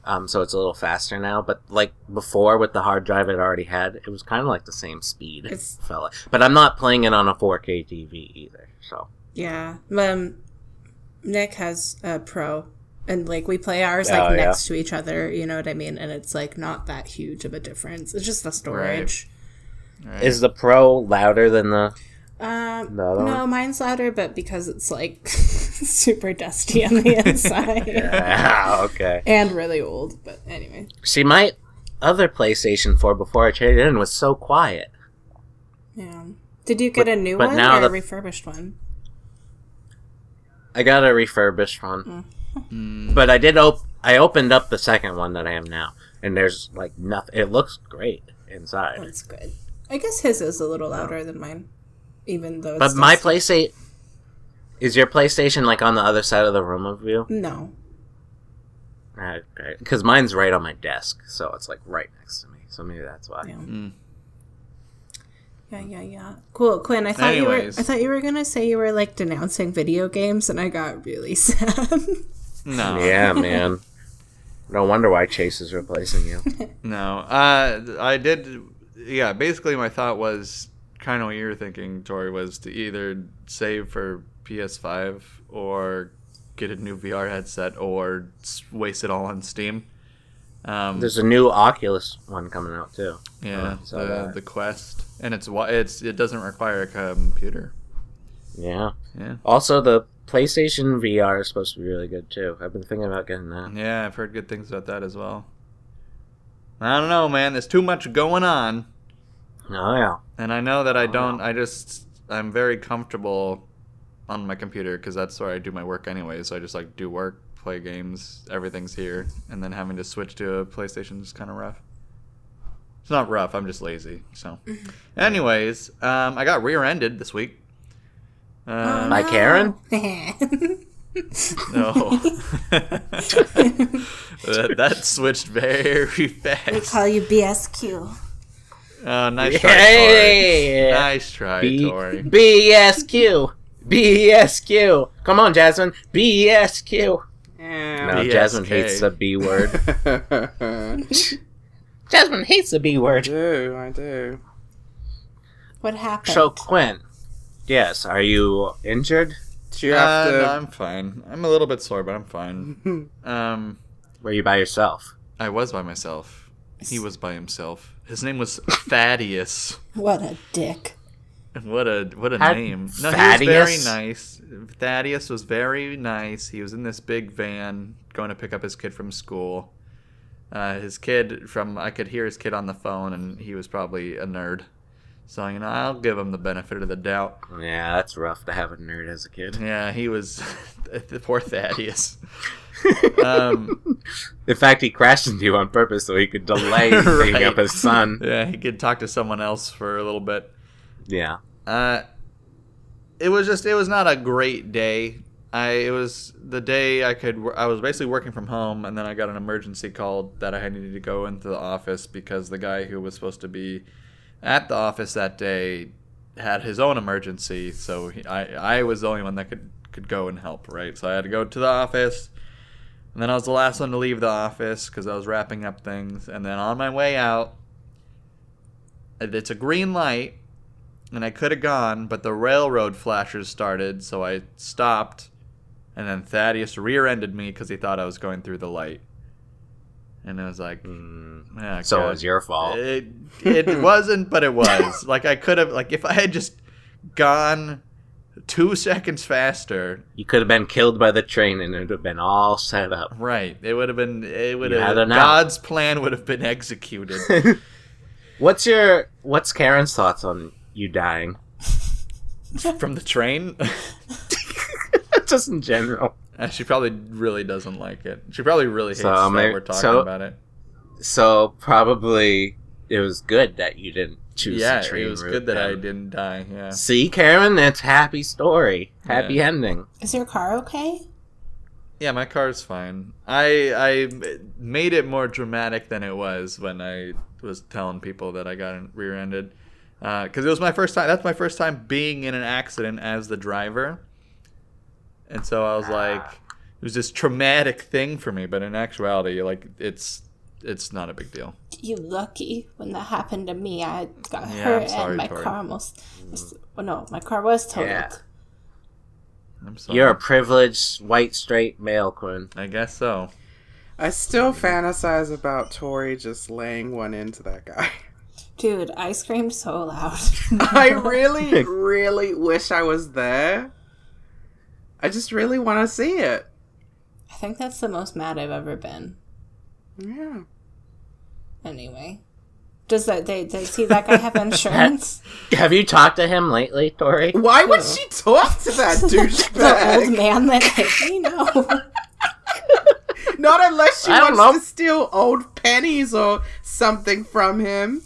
um, so it's a little faster now. But like before, with the hard drive it already had, it was kind of like the same speed. It
It's-
felt like. But I'm not playing it on a 4K TV either. So
Yeah. Um, Nick has a pro, and like we play ours
Oh,
like
yeah.
next to each other. You know what I mean? And it's like not that huge of a difference. It's just the storage.
Right.
is the Pro louder than the?
Um,
The other
no, mine's louder, but because it's like <laughs> super dusty on
<laughs>
the inside
<laughs> Ah, okay.
and really old. But anyway,
See, my other PlayStation 4 before I traded it in was so quiet.
yeah. Did you get a new
but
one
now
or a
the-
refurbished one?
I got a refurbished one, but I did op- I opened up the second one that I am now, and there's like nothing. It looks great inside,
That's good. I guess his is a little louder than mine, even though. It's
but my
dusty.
PlayStation is your PlayStation like on the other side of the room of you?
No.
Because mine's right on my desk, so it's like right next to me. So maybe that's why.
Yeah.
Mm.
Yeah, yeah, yeah. Cool, Quinn. I thought you were.
Anyways.
I thought you were gonna say you were like denouncing video games, and I got really <laughs> sad.
no,
Yeah, man. No wonder why Chase is replacing you.
no. Uh, I did. Yeah, basically, my thought was kind of what you were thinking, Tori, was to either save for PS5 or get a new VR headset or s- waste it all on Steam. Um,
There's a new Oculus one coming out too.
yeah,
I saw
the,
that.
the Quest, and it's wi- it's it doesn't require a computer.
Yeah.
Yeah.
Also, the PlayStation VR is supposed to be really good too. I've been thinking about getting that.
Yeah, I've heard good things about that as well. I don't know, man. There's too much going on.
Oh yeah.
And I know that I don't. I just I'm very comfortable on my computer because that's where I do my work anyway. So I just like do work, play games, everything's here, and then having to switch to a PlayStation is kind of rough. It's not rough. I'm just lazy. So, anyways, um, I got rear-ended this week. Um,
By
<laughs>
Karen?
<laughs>
no, that, that switched very <laughs>
we
fast.
call you BSQ.
Uh, nice try, Tori.
Hey!
Nice try,
B- E
Tori.
BSQ. BSQ. E Come on, Jasmine. E BSQ. No,
Yeah.
BSK.
Jasmine hates the B
<laughs>
word. <laughs> Jasmine hates the B
I
word.
do, I do.
What happened?
So, Quinn. Yes, are you injured?
Do you
Uh,
have
no,
to?
I'm fine. I'm a little bit sore, but I'm fine. um,
Were you by yourself?
I was by myself. He was by himself. His name was Thaddeus.
what a dick.
<laughs> What a what a
Had-
name! No, he was
Thaddeus?
very nice. Thaddeus was very nice. He was in this big van going to pick up his kid from school. Uh, his kid from I could hear his kid on the phone, and he was probably a nerd. So you know, I'll give him the benefit of the doubt.
Yeah, that's rough to have a nerd as a kid.
Yeah, he was <laughs> the poor Thaddeus.
<laughs>
um,
In fact, he crashed into you on purpose so he could <laughs> delay picking
Right.
up his son.
yeah, he could talk to someone else for a little bit.
Yeah.
Uh, it was just it was not a great day. I it was the day I could wor- I was basically working from home and then I got an emergency call that I needed to go into the office because the guy who was supposed to be at the office that day had his own emergency, so he, I I was the only one that could could go and help, right? So I had to go to the office. And then I was the last one to leave the office because I was wrapping up things. And then on my way out, it's a green light, and I could have gone, but the railroad flashers started, so I stopped, and then Thaddeus rear-ended me because he thought I was going through the light, and I was like, "Ah,
Mm. So it
God."
was your fault.
It it wasn't, but it
<laughs>
was. Like I could have, like if I had just gone two seconds faster,
You could have been killed by the train and it would have been all set up.
right? It would have been. It would
You
have.
had an out.
God's plan would have been
<laughs>
executed.
What's your what's Karen's thoughts on you dying? <laughs>
from the train. <laughs>
Just in general.
And she probably really doesn't like it. She probably really hates
So,
that
may-
we're talking
so-
about it.
So probably it was good that you didn't choose
Yeah,
the train
it was
route
good that I
then.
didn't die. Yeah.
See, Karen, that's happy story. Happy
Yeah.
ending.
Is your car okay?
Yeah, my car's fine. I I made it more dramatic than it was when I was telling people that I got rear-ended, because it was my first time. That's my first time being in an accident as the driver, and so I was like, it was this traumatic thing for me. But in actuality, like it's it's not a big deal.
You lucky. When that happened to me, I got
Yeah, I'm
hurt
sorry,
and my
Tori.
car almost. Was, well, no, my car was totaled.
Yeah.
I'm sorry.
You're a privileged white straight male, Quinn.
I guess so.
I still fantasize about Tori just laying one into that guy. <laughs>
Dude, I screamed so loud. <laughs>
I really, really wish I was there. I just really want to see it.
I think that's the most mad I've ever been.
Yeah.
Anyway. Does that they does he that guy have insurance?
Have you talked to him lately, Tori?
Why would she talk to that
the old
douchebag?
man that hit me? No.
Not unless she
I
wants
don't know.
to steal old pennies or something from him.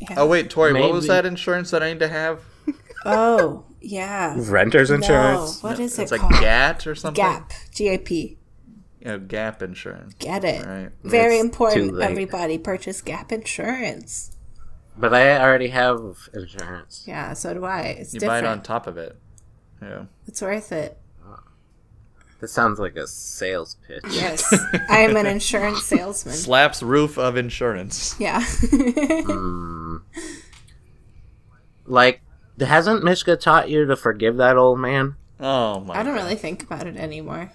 Yeah.
Oh wait, Tori, what was
Maybe.
that insurance that I need to have?
Oh, yeah.
Renter's
No, what is
it's
it
like
called?
GAT or something.
Gap. G A P.
You know, Gap insurance.
Get it.
Right.
Very
It's too
important.
late.
Everybody purchase Gap insurance.
But I already have insurance.
Yeah, so do I. It's
You buy
different.
it on top of it. Yeah.
it's worth
<laughs>
it.
That sounds like a sales pitch.
Yes, I am an insurance salesman.
Slaps roof of insurance.
Yeah. <laughs>
Like, hasn't Mishka taught you to forgive that old man?
Oh my!
I don't really think about it anymore.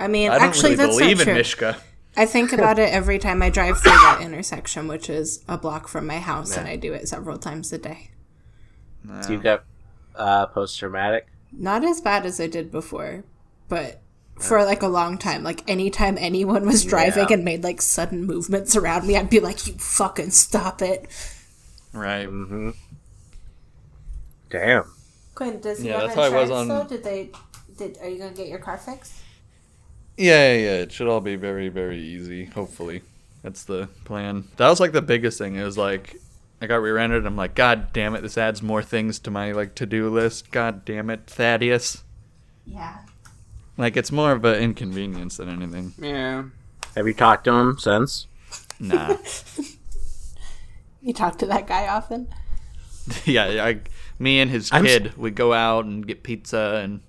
I mean,
I don't
actually,
really
that's
believe
not true.
in Mishka.
I think about it every time I drive through that intersection, which is a block from my house, and I do it several times a day.
So you got uh, post traumatic?
Not as bad as I did before, but for like a long time, like anytime anyone was driving
Yeah.
and made like sudden movements around me, I'd be like, "You fucking stop it!"
Right.
Mm-hmm. Damn.
Quinn, does he
Yeah,
have
that's how I was
insurance
on-
though? Did they? Did are you gonna get your car fixed?
Yeah, yeah, yeah. It should all be very, very easy. Hopefully, That's the plan. That was like the biggest thing. It was like I got re-rendered. I'm like, God damn it! This adds more things to my like to-do list. God damn it, Thaddeus.
Yeah.
Like it's more of an inconvenience than anything.
Yeah.
Have you talked to him since?
<laughs>
Nah. <laughs>
You talk to that guy often?
yeah. I, me and his
I'm s-
kid, we go out and get pizza
<laughs>
and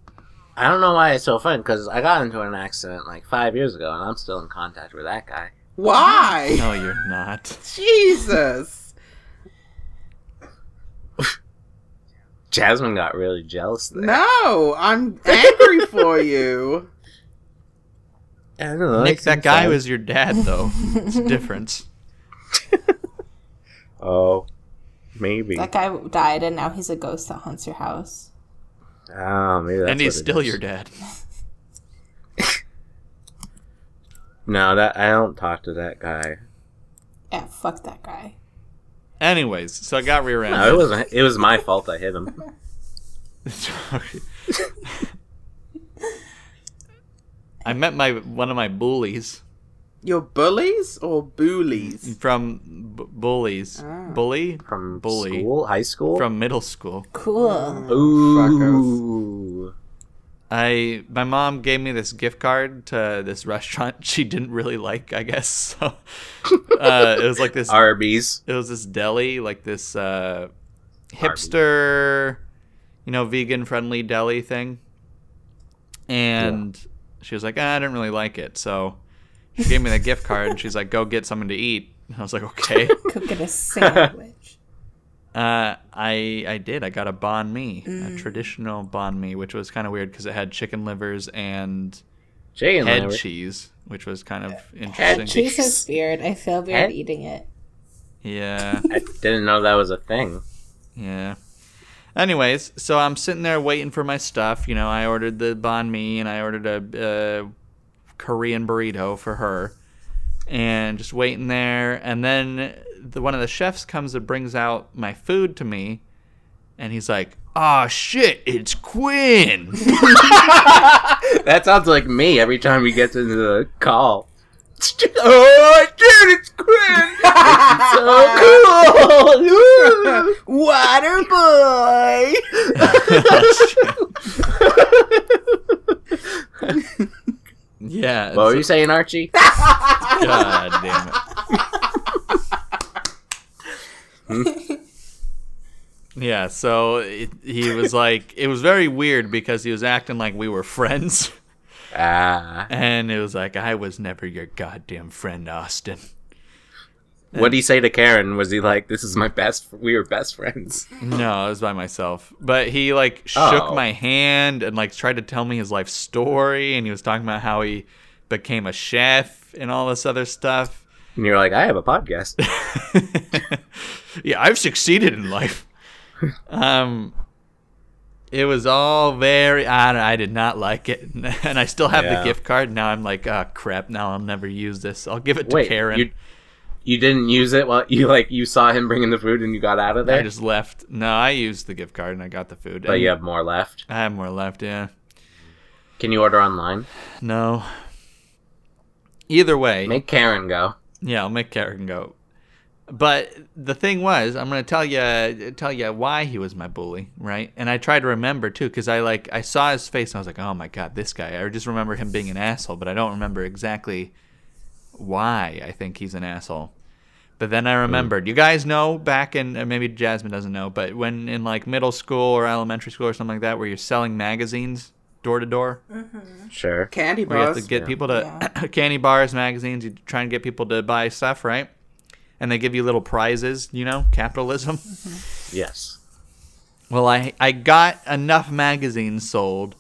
I don't know why it's so fun because I got into an accident like five years ago and I'm still in contact with that guy.
Why?
No, you're not.
Jesus.
Jasmine got really jealous. There.
No, I'm angry for you.
I don't know,
Nick,
it
that
seems
guy
like-
was your dad, though. It's a difference.
Oh, maybe.
That guy died and now he's a ghost that haunts your house.
Oh, maybe <laughs> that's
and he's
what it
still
is.
your dad.
No, that I don't talk to that guy.
Yeah, fuck that guy.
Anyways, so I got rear
No, it
ended.
wasn't. It was my fault. I hit him.
<laughs> I met my one of my bullies
Your bullies or bullies?
from b- bullies,
Ah.
bully
from
<laughs> Bully.
school, high school.
from middle school. Mm.
Cool.
ooh,
I my mom gave me this gift card to this <laughs> restaurant she didn't really like, I guess. <laughs> So uh, it was like this
Arby's.
it was this deli, like this uh, hipster, you know, vegan friendly deli thing. And she was like, ah, I didn't really like it. So she gave me the gift card and she's like, go get something to eat. And I was like, okay.
Cooking a sandwich.
Uh, I I did. I got a banh mi, a traditional banh mi, which was kind of weird because it had chicken livers and
Jay and
head
Larry.
cheese, which was kind of
That
interesting.
cheese is weird. I feel weird
Head-
eating it.
Yeah.
I didn't know that was a thing.
Yeah. Anyways, so I'm sitting there waiting for my stuff. You know, I ordered the banh mi and I ordered a, uh Korean burrito for her, and just waiting there. And then the one of the chefs comes and brings out my food to me, and he's like, "Ah, shit, it's Quinn." <laughs>
That sounds like me every time he gets into the call. oh, dude, it's <laughs>
<laughs>
Quinn! so cool!
Water boy.
yeah.
what were you
it's-
saying, Archie?
God damn it. Hmm? Yeah, so it, he was like, it was very weird because he was acting like we were friends,
Ah,
and it was like, I was never your goddamn friend, Austin.
what did he say to Karen? Was he like, "This is my best. We were best friends."
No, I was by myself. But he like
Oh.
shook my hand and like tried to tell me his life story, and he was talking about how he became a chef and all this other stuff.
And you're like, "I have a podcast."
yeah, I've succeeded in life. Um, it was all very. I, don't- I did not like it, <laughs> and I still have
Yeah.
the gift card. Now I'm like, oh crap! Now I'll never use this. I'll give it to
Wait,
Karen.
you you didn't use it while you like you saw him bringing the food and you got out of
I
there,
just left. No, I used the gift card and I got the food.
but
and
you have more left.
I have more left. Yeah.
Can you order online?
No. Either way,
Make Karen go.
Yeah, I'll make Karen go. But the thing was, I'm gonna tell you tell you why he was my bully, right? And I tried to remember too, because I like I saw his face and I was like, oh my god, this guy. I just remember him being an asshole, but I don't remember exactly why I think he's an asshole. But then I remembered. You guys know back in uh, maybe Jasmine doesn't know, but when in like middle school or elementary school or something like that, where you're selling magazines door to door,
Sure.
Candy
where you have
bars.
to get people to <coughs> candy bars, magazines. You try and get people to buy stuff, right? And they give you little prizes, you know, capitalism.
Yes.
Well, I I got enough magazines sold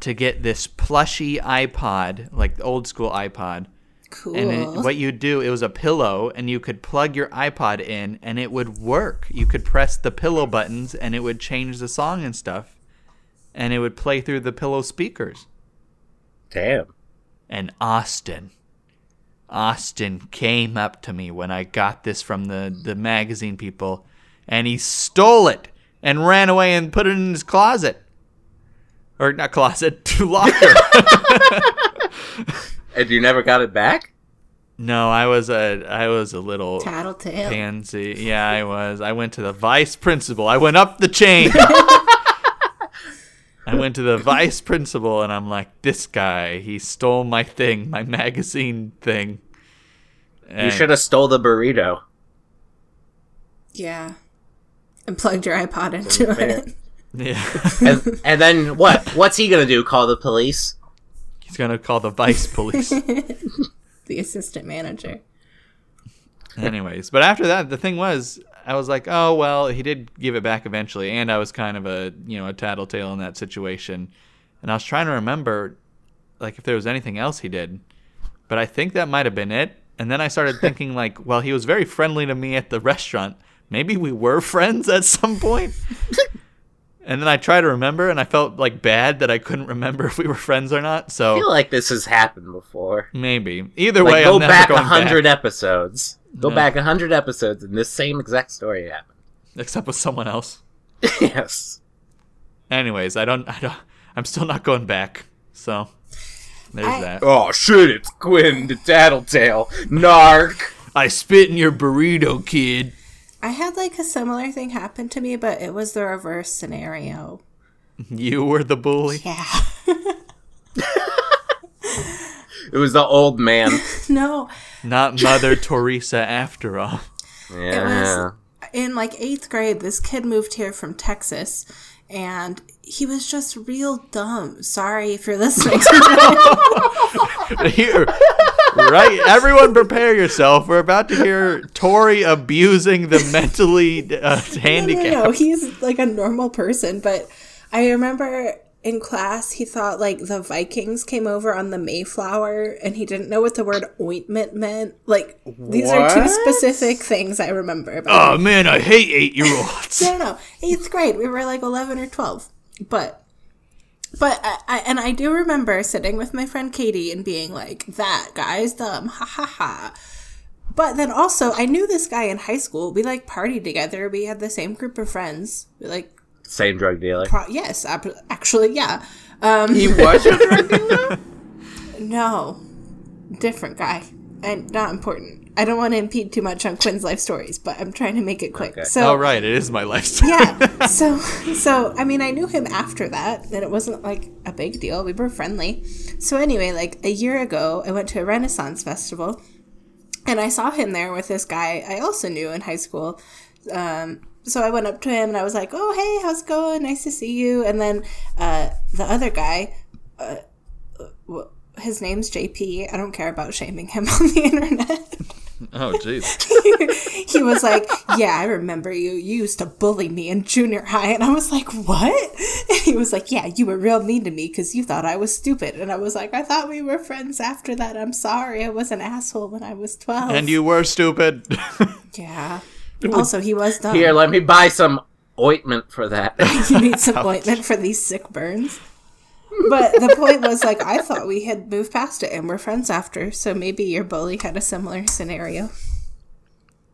to get this plushy iPod, like the old school iPod.
Cool.
And it, what you do, it was a pillow, and you could plug your iPod in, and it would work. You could press the pillow buttons, and it would change the song and stuff, and it would play through the pillow speakers.
Damn.
and Austin. Austin came up to me when I got this from the, the magazine people and he stole it and ran away and put it in his closet. Or not closet, <laughs> locker.
And you never got it back?
No, I was a I was a little
Tattletale.
pansy. Yeah, I was. I went to the vice principal. I went up the chain. I went to the vice principal and I'm like, this guy, he stole my thing, my magazine thing.
You should have stole the burrito.
Yeah. And plugged your iPod into
Fair.
it. <laughs>
Yeah. <laughs>
And, and then what? What's he gonna do? Call the police?
He's gonna call the
<laughs>
vice police.
The assistant manager.
Anyways, but after that, the thing was, I was like, oh well, he did give it back eventually, and I was kind of a you know a tattletale in that situation, and I was trying to remember, like if there was anything else he did, but I think that might have been it. And then I
<laughs>
started thinking like, well, he was very friendly to me at the restaurant. Maybe we were <laughs> friends at
<laughs>
some point. and then I tried to remember, and I felt like bad that I couldn't remember if we were friends or not.
I feel
So
like this has happened before.
maybe either
Like
way,
go
I'm never
back
going
hundred
back,
episodes. Go
No.
back back hundred episodes, and this same exact story happened. <laughs>
except with someone else.
yes.
Anyways, I don't, I don't, I'm still not going back. So there's
I-
that.
Oh shit! It's Quinn the Tattletale. Narc.
I spit in your burrito, kid.
I had like a similar thing happen to me, but it was the reverse scenario.
You were the bully.
Yeah.
It was the old
<laughs>
man.
<laughs> no. <laughs>
Not Mother Teresa after all. <laughs>
Yeah.
in like eighth grade, this kid moved here from Texas, and he was just real dumb. Sorry if you're listening. <laughs>
Here. Right, everyone prepare yourself. We're about to hear Tori abusing the mentally uh,
<laughs> no,
handicapped.
no, no, he's like a normal person, but I remember in class he thought like the Vikings came over on the Mayflower, and he didn't know what the word ointment meant. Like these are two
What?
specific things I remember about.
Oh man, I hate eight year olds.
<laughs> No, no, no. Eighth grade. We were like eleven or twelve. But, but I, I and I do remember sitting with my friend Katie and being like, "That guy's dumb." Ha ha ha. But then also, I knew this guy in high school. We like partied together. We had the same group of friends. We like,
Same drug dealer.
pro- yes, ab- actually, yeah.
<laughs>
Um,
He was a drug dealer?
no, different guy. And not important. I don't want to impede too much on Quinn's life stories, but I'm trying to make it quick.
Okay.
So,
All right, it is my life <laughs> story.
yeah. So, so I mean, I knew him after that, and it wasn't like a big deal. We were friendly. So anyway, like a year ago, I went to a Renaissance festival, and I saw him there with this guy I also knew in high school. Um, so I went up to him and I was like, "Oh, hey, how's it going? Nice to see you." And then uh, the other guy. Uh, uh, wh- his name's JP. I don't care about shaming him <laughs> on the internet
Oh
<laughs>
jeez.
he was like, Yeah, I remember you. You used to bully me in junior high. And I was like, What? And he was like, Yeah, you were real mean to me because you thought I was stupid. And I was like, I thought we were friends after that. I'm sorry. I was an asshole when I was 12.
And you were stupid. <laughs>
Yeah. Also, he was dumb. <laughs>
Here, let me buy some ointment for
<laughs>
that.
you need some ointment for these sick burns. But the point was, like, I thought we had moved past it and we're friends after. So maybe your bully had a similar scenario.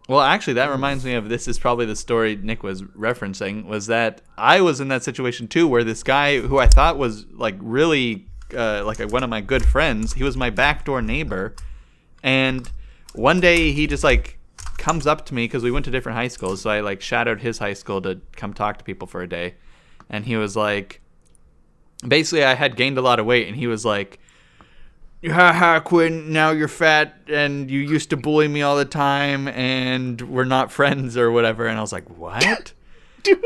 Well, actually, that reminds me of this is probably the story Nick was referencing was that I was in that situation too, where this guy who I thought was like really uh, like one of my good friends, he was my backdoor neighbor, and one day he just like comes up to me because we went to different high schools, so I like shadowed his high school to come talk to people for a day, and he was like, basically, I had gained a lot of weight, and he was like, ha ha quinn now you're fat and you used to bully me all the time and we're not friends or whatever and i was like
<laughs>
what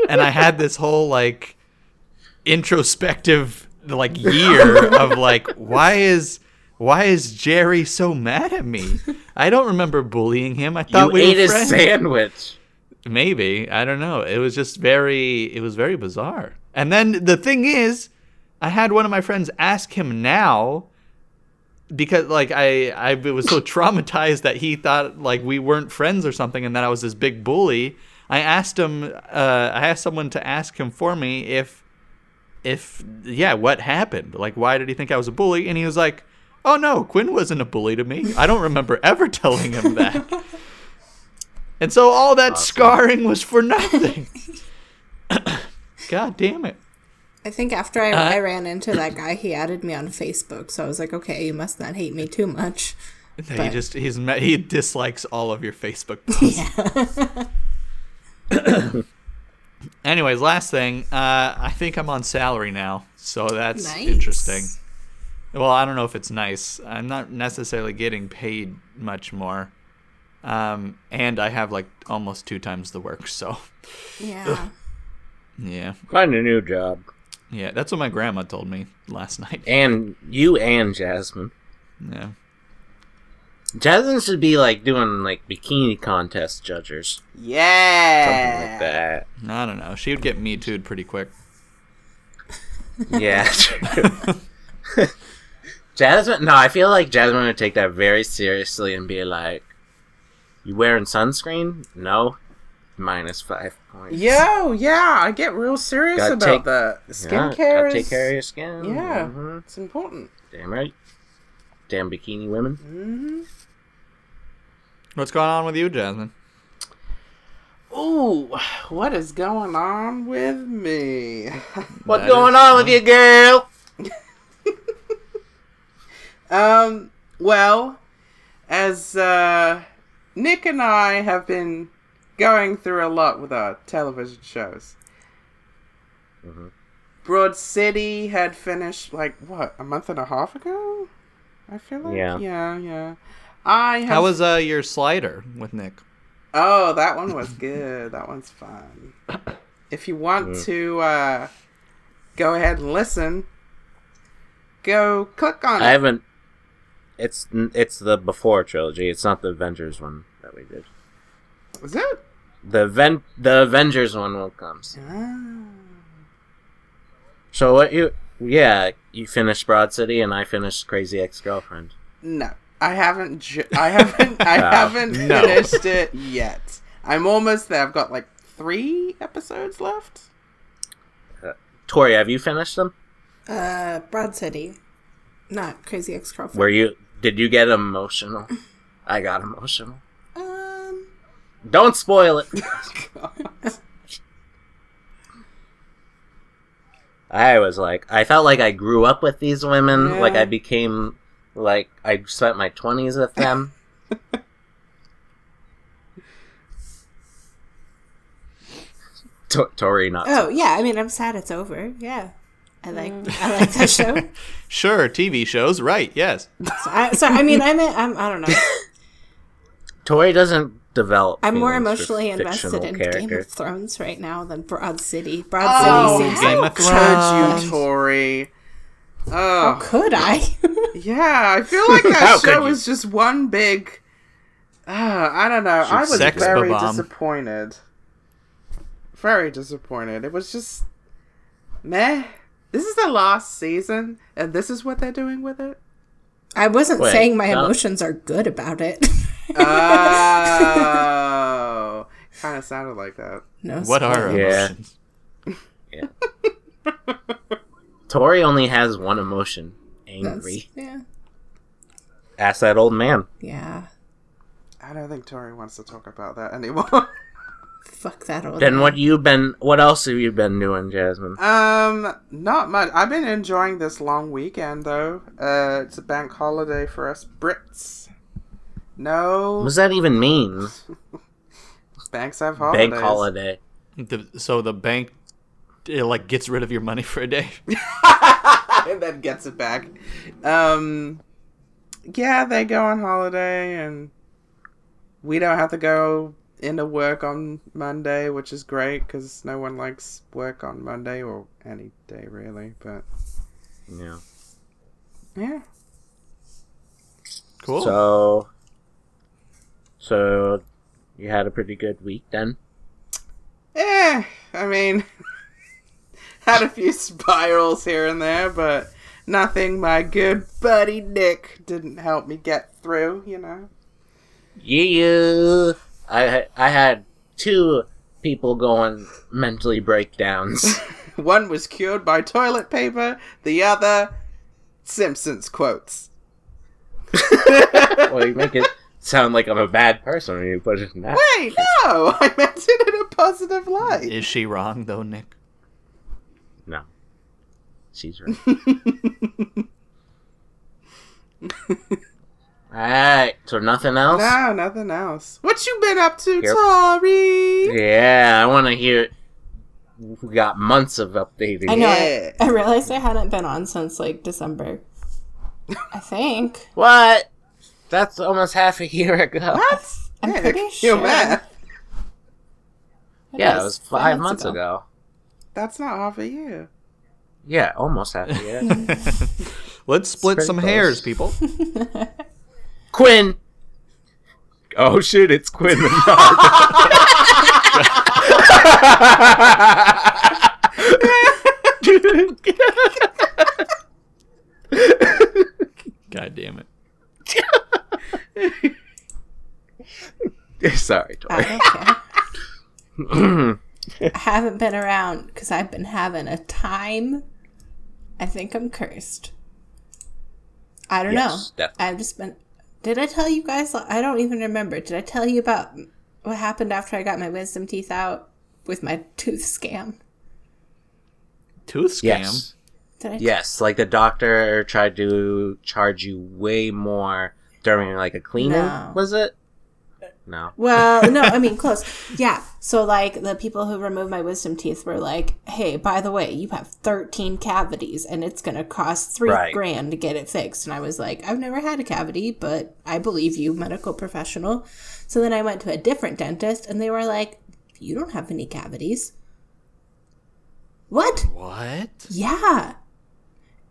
and i had this whole like introspective like year of like why is why is jerry so mad at me i don't remember bullying him i thought
you
we
ate
were
his
friends
sandwich.
maybe i don't know it was just very it was very bizarre and then the thing is i had one of my friends ask him now because like i i was so traumatized that he thought like we weren't friends or something and that i was this big bully i asked him uh i asked someone to ask him for me if if yeah what happened like why did he think i was a bully and he was like oh no quinn wasn't a bully to me i don't remember ever <laughs> telling him that and so all that scarring was for nothing. God damn it.
I think after I, I ran into that guy, he added me on Facebook. So I was like, okay, you must not hate me too much.
He just he's ma- he dislikes all of your Facebook posts. <coughs> Anyways, last thing, uh, I think I'm on salary now, so that's
Nice.
interesting. Well, I don't know if it's nice. I'm not necessarily getting paid much more, um, and I have like almost two times the work. So
Yeah.
yeah,
Find a new job.
yeah, that's what my grandma told me last night.
And you and Jasmine.
Yeah,
Jasmine should be like doing like bikini contest judgers. Something
Yeah.
like that.
I don't know. She would get me too pretty quick.
Yeah. true. <laughs> Jasmine, no, I feel like Jasmine would take that very seriously and be like, "You wearing sunscreen? No, minus five points.
Yo, yeah, I get real serious
Gotta
about
take-
that.
Yeah,
Skincare
gotta
is
take care of your skin.
Yeah.
Mhm.
it's important.
damn right. Damn bikini women.
What's going on with you, Jasmine?
Ooh, what is going on with <laughs> me?
What's
That
going
is-
on with you, girl?
um, well, as uh, Nick and I have been going through a lot with our television shows.
Mm-hmm.
Broad City had finished like what a month and a half ago. I feel like
Yeah.
yeah, yeah. I have
How was uh, your slider with Nick?
<laughs> Oh, that one was good. That one's
<coughs>
fun. If you want
Mm.
to uh, go ahead and listen, go click on
I
it.
haven't. It's it's the before trilogy. It's not the Avengers one that we did.
Is it?
The Ven- the Avengers one will come. soon.
Ah.
So what you? Yeah, you finished Broad City, and I finished Crazy Ex Girlfriend.
No, I haven't. Ju- I haven't. I
Wow.
haven't
No.
finished it yet. I'm almost there. I've got like three episodes left.
Tori, have you finished them?
<laughs> Uh, Broad City. Not Crazy Ex Girlfriend.
Were you? Did you get emotional? I got emotional.
Um,
Don't spoil it. <laughs>
<laughs>
I was like, I felt like I grew up with these women.
Yeah.
Like I became, like I spent my twenties with
<laughs>
them. To- Tori, not
oh, yeah. I mean, I'm sad it's over. Yeah. I like I like that show.
Sure, TV shows, right? Yes.
So I, so I mean, I'm, I'm I don't know.
Tori doesn't develop.
I'm more
feelings for
emotionally invested
fictional
in Game of
characters.
Thrones right now than Broad City. Broad
Oh,
City seems
Game
like
of
Could you,
Thrones.
Tori?
how
Oh,
could I? <laughs>
yeah. I feel like
How
that
could
show
you?
was just one big. Ah, I don't know. I was
sex
very
bomb.
disappointed. Very disappointed. It was just meh. This is the last season, and this is what they're doing with it.
I wasn't
Wait,
saying my
no.
emotions are good about it. <laughs>
Oh, kind of sounded like that.
no,
What are
Yeah.
emotions?
Tori only has one emotion:
spoilers.
angry.
Yeah,
Ask that old man.
yeah.
I don't think Tori wants to talk about that anymore. <laughs>
Fuck that old.
Then what you been? What else have you been doing, Jasmine?
Um, not much. I've been enjoying this long weekend though. Uh, it's a bank holiday for us Brits.
What
No
does that even mean?
banks have holidays.
Bank holiday.
The, so the bank it like gets rid of your money for a day.
<laughs> and then gets it back. Um, yeah, they go on holiday, and we don't have to go into work on Monday, which is great because no one likes work on Monday or any day really. But
Yeah.
yeah,
Cool.
So, so you had a pretty good week then.
Eh, I mean, <laughs> had a few spirals here and there, but nothing my good buddy Nick didn't help me get through, you know?
Yeah, I I had two people going mentally breakdowns.
One was cured by toilet paper, the other, Simpsons
<laughs>
quotes.
well, you make it sound like I'm a bad person when you put it in that.
Hey, no! I meant it in a positive light.
Is she wrong though, Nick? <laughs>
No, she's right. Alright, so nothing else?
No, nothing else. What you been up to,
Yep.
Tori?
Yeah, I want to hear. We got months of updating.
I know.
Yeah.
I, I realized I hadn't been on since like December. I think.
What? That's almost half a year ago.
I'm
Heck,
pretty
you
sure.
mad.
Yeah, it
was
was
five
five
months
months ago.
That's not half a year.
Yeah, almost half a year.
<laughs> Let's split
pretty
some
close.
hairs, people.
Quinn!
Oh shit, it's Quinn <laughs>
<laughs>
Menard.
<laughs> God damn it.
Sorry, Tori.
<laughs> I
<laughs>
don't care. I haven't been around because I've been having a time. I think I'm cursed. I don't
Yes,
know.
definitely.
I've just been. Did I tell you guys? I don't even remember. Did I tell you about what happened after I got my wisdom teeth out with my tooth scam?
Tooth scam.
Yes.
Did I?
Yes, like the doctor tried to charge you way more during like a cleaning,
No.
was it? No.
Well, no, I mean close. Yeah. So like the people who removed my wisdom teeth were like, "Hey, by the way, you have 13 cavities and it's going to cost 3
Right.
grand to get it fixed." And I was like, "I've never had a cavity, but I believe you, medical professional." So then I went to a different dentist and they were like, "You don't have any cavities." What?
What?
Yeah.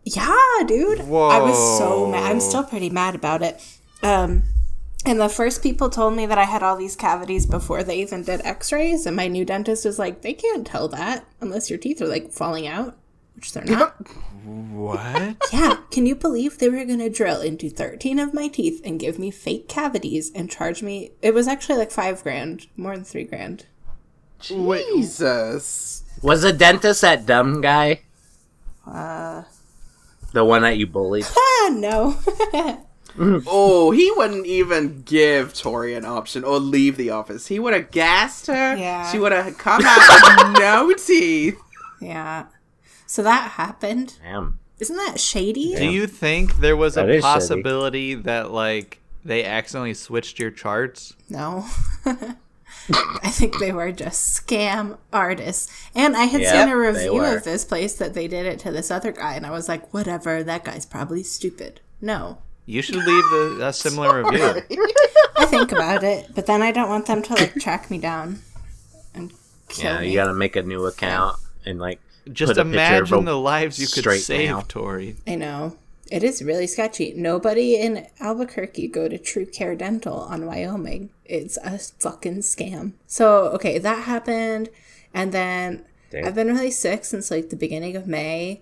Yeah, dude. I was so mad. I'm still pretty mad about it. Um and the first people told me that I had all these cavities before they even did x-rays and my new dentist was like, "They can't tell that unless your teeth are like falling out." Which they're
<laughs>
not.
<laughs>
What?
yeah, can you believe they were going to drill into 13 of my teeth and give me fake cavities and charge me? It was actually like 5 grand, more than 3 grand.
Jesus.
Was the dentist that dumb guy? Uh. The one that you
<laughs>
bullied?
Ah, no.
Oh, he wouldn't even give Tori an option or leave the office. He would have gassed her.
Yeah.
She would have come out with no teeth.
yeah. So that happened.
Damn.
Isn't that shady?
Do you think there was
That
a
is shitty.
possibility that like they accidentally switched your charts?
No. <laughs> I think they were just scam artists. And I had
Yep,
seen a
they
review
were.
of this place that they did it to this other guy, and I was like, whatever, that guy's probably stupid. No.
You should leave a, a similar review.
I think about it, but then I don't want them to like track me down and kill
Yeah,
me.
you gotta make a new account and like.
Just
put a picture of
imagine
a-
the lives you could
straight
save,
now.
Tori.
I know. It is really sketchy. Nobody in Albuquerque go to True Care Dental on Wyoming. It's a fucking scam. So, okay, that happened. And then I've been really sick since like the beginning of May.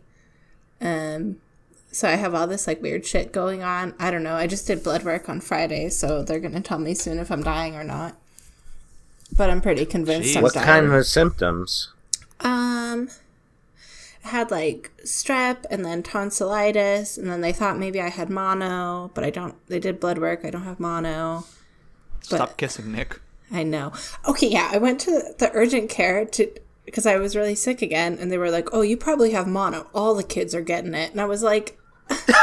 Um so I have all this like weird shit going on. I don't know. I just did blood work on Friday, so they're going to tell me soon if I'm dying or not. But I'm pretty convinced I'm
What
dying.
kind of symptoms?
Um, I had like strep and then tonsillitis, and then they thought maybe I had mono, but I don't. They did blood work. I don't have mono.
Stop kissing Nick.
I know. Okay, yeah, I went to the urgent care to because I was really sick again, and they were like, "Oh, you probably have mono. All the kids are getting it," and I was like.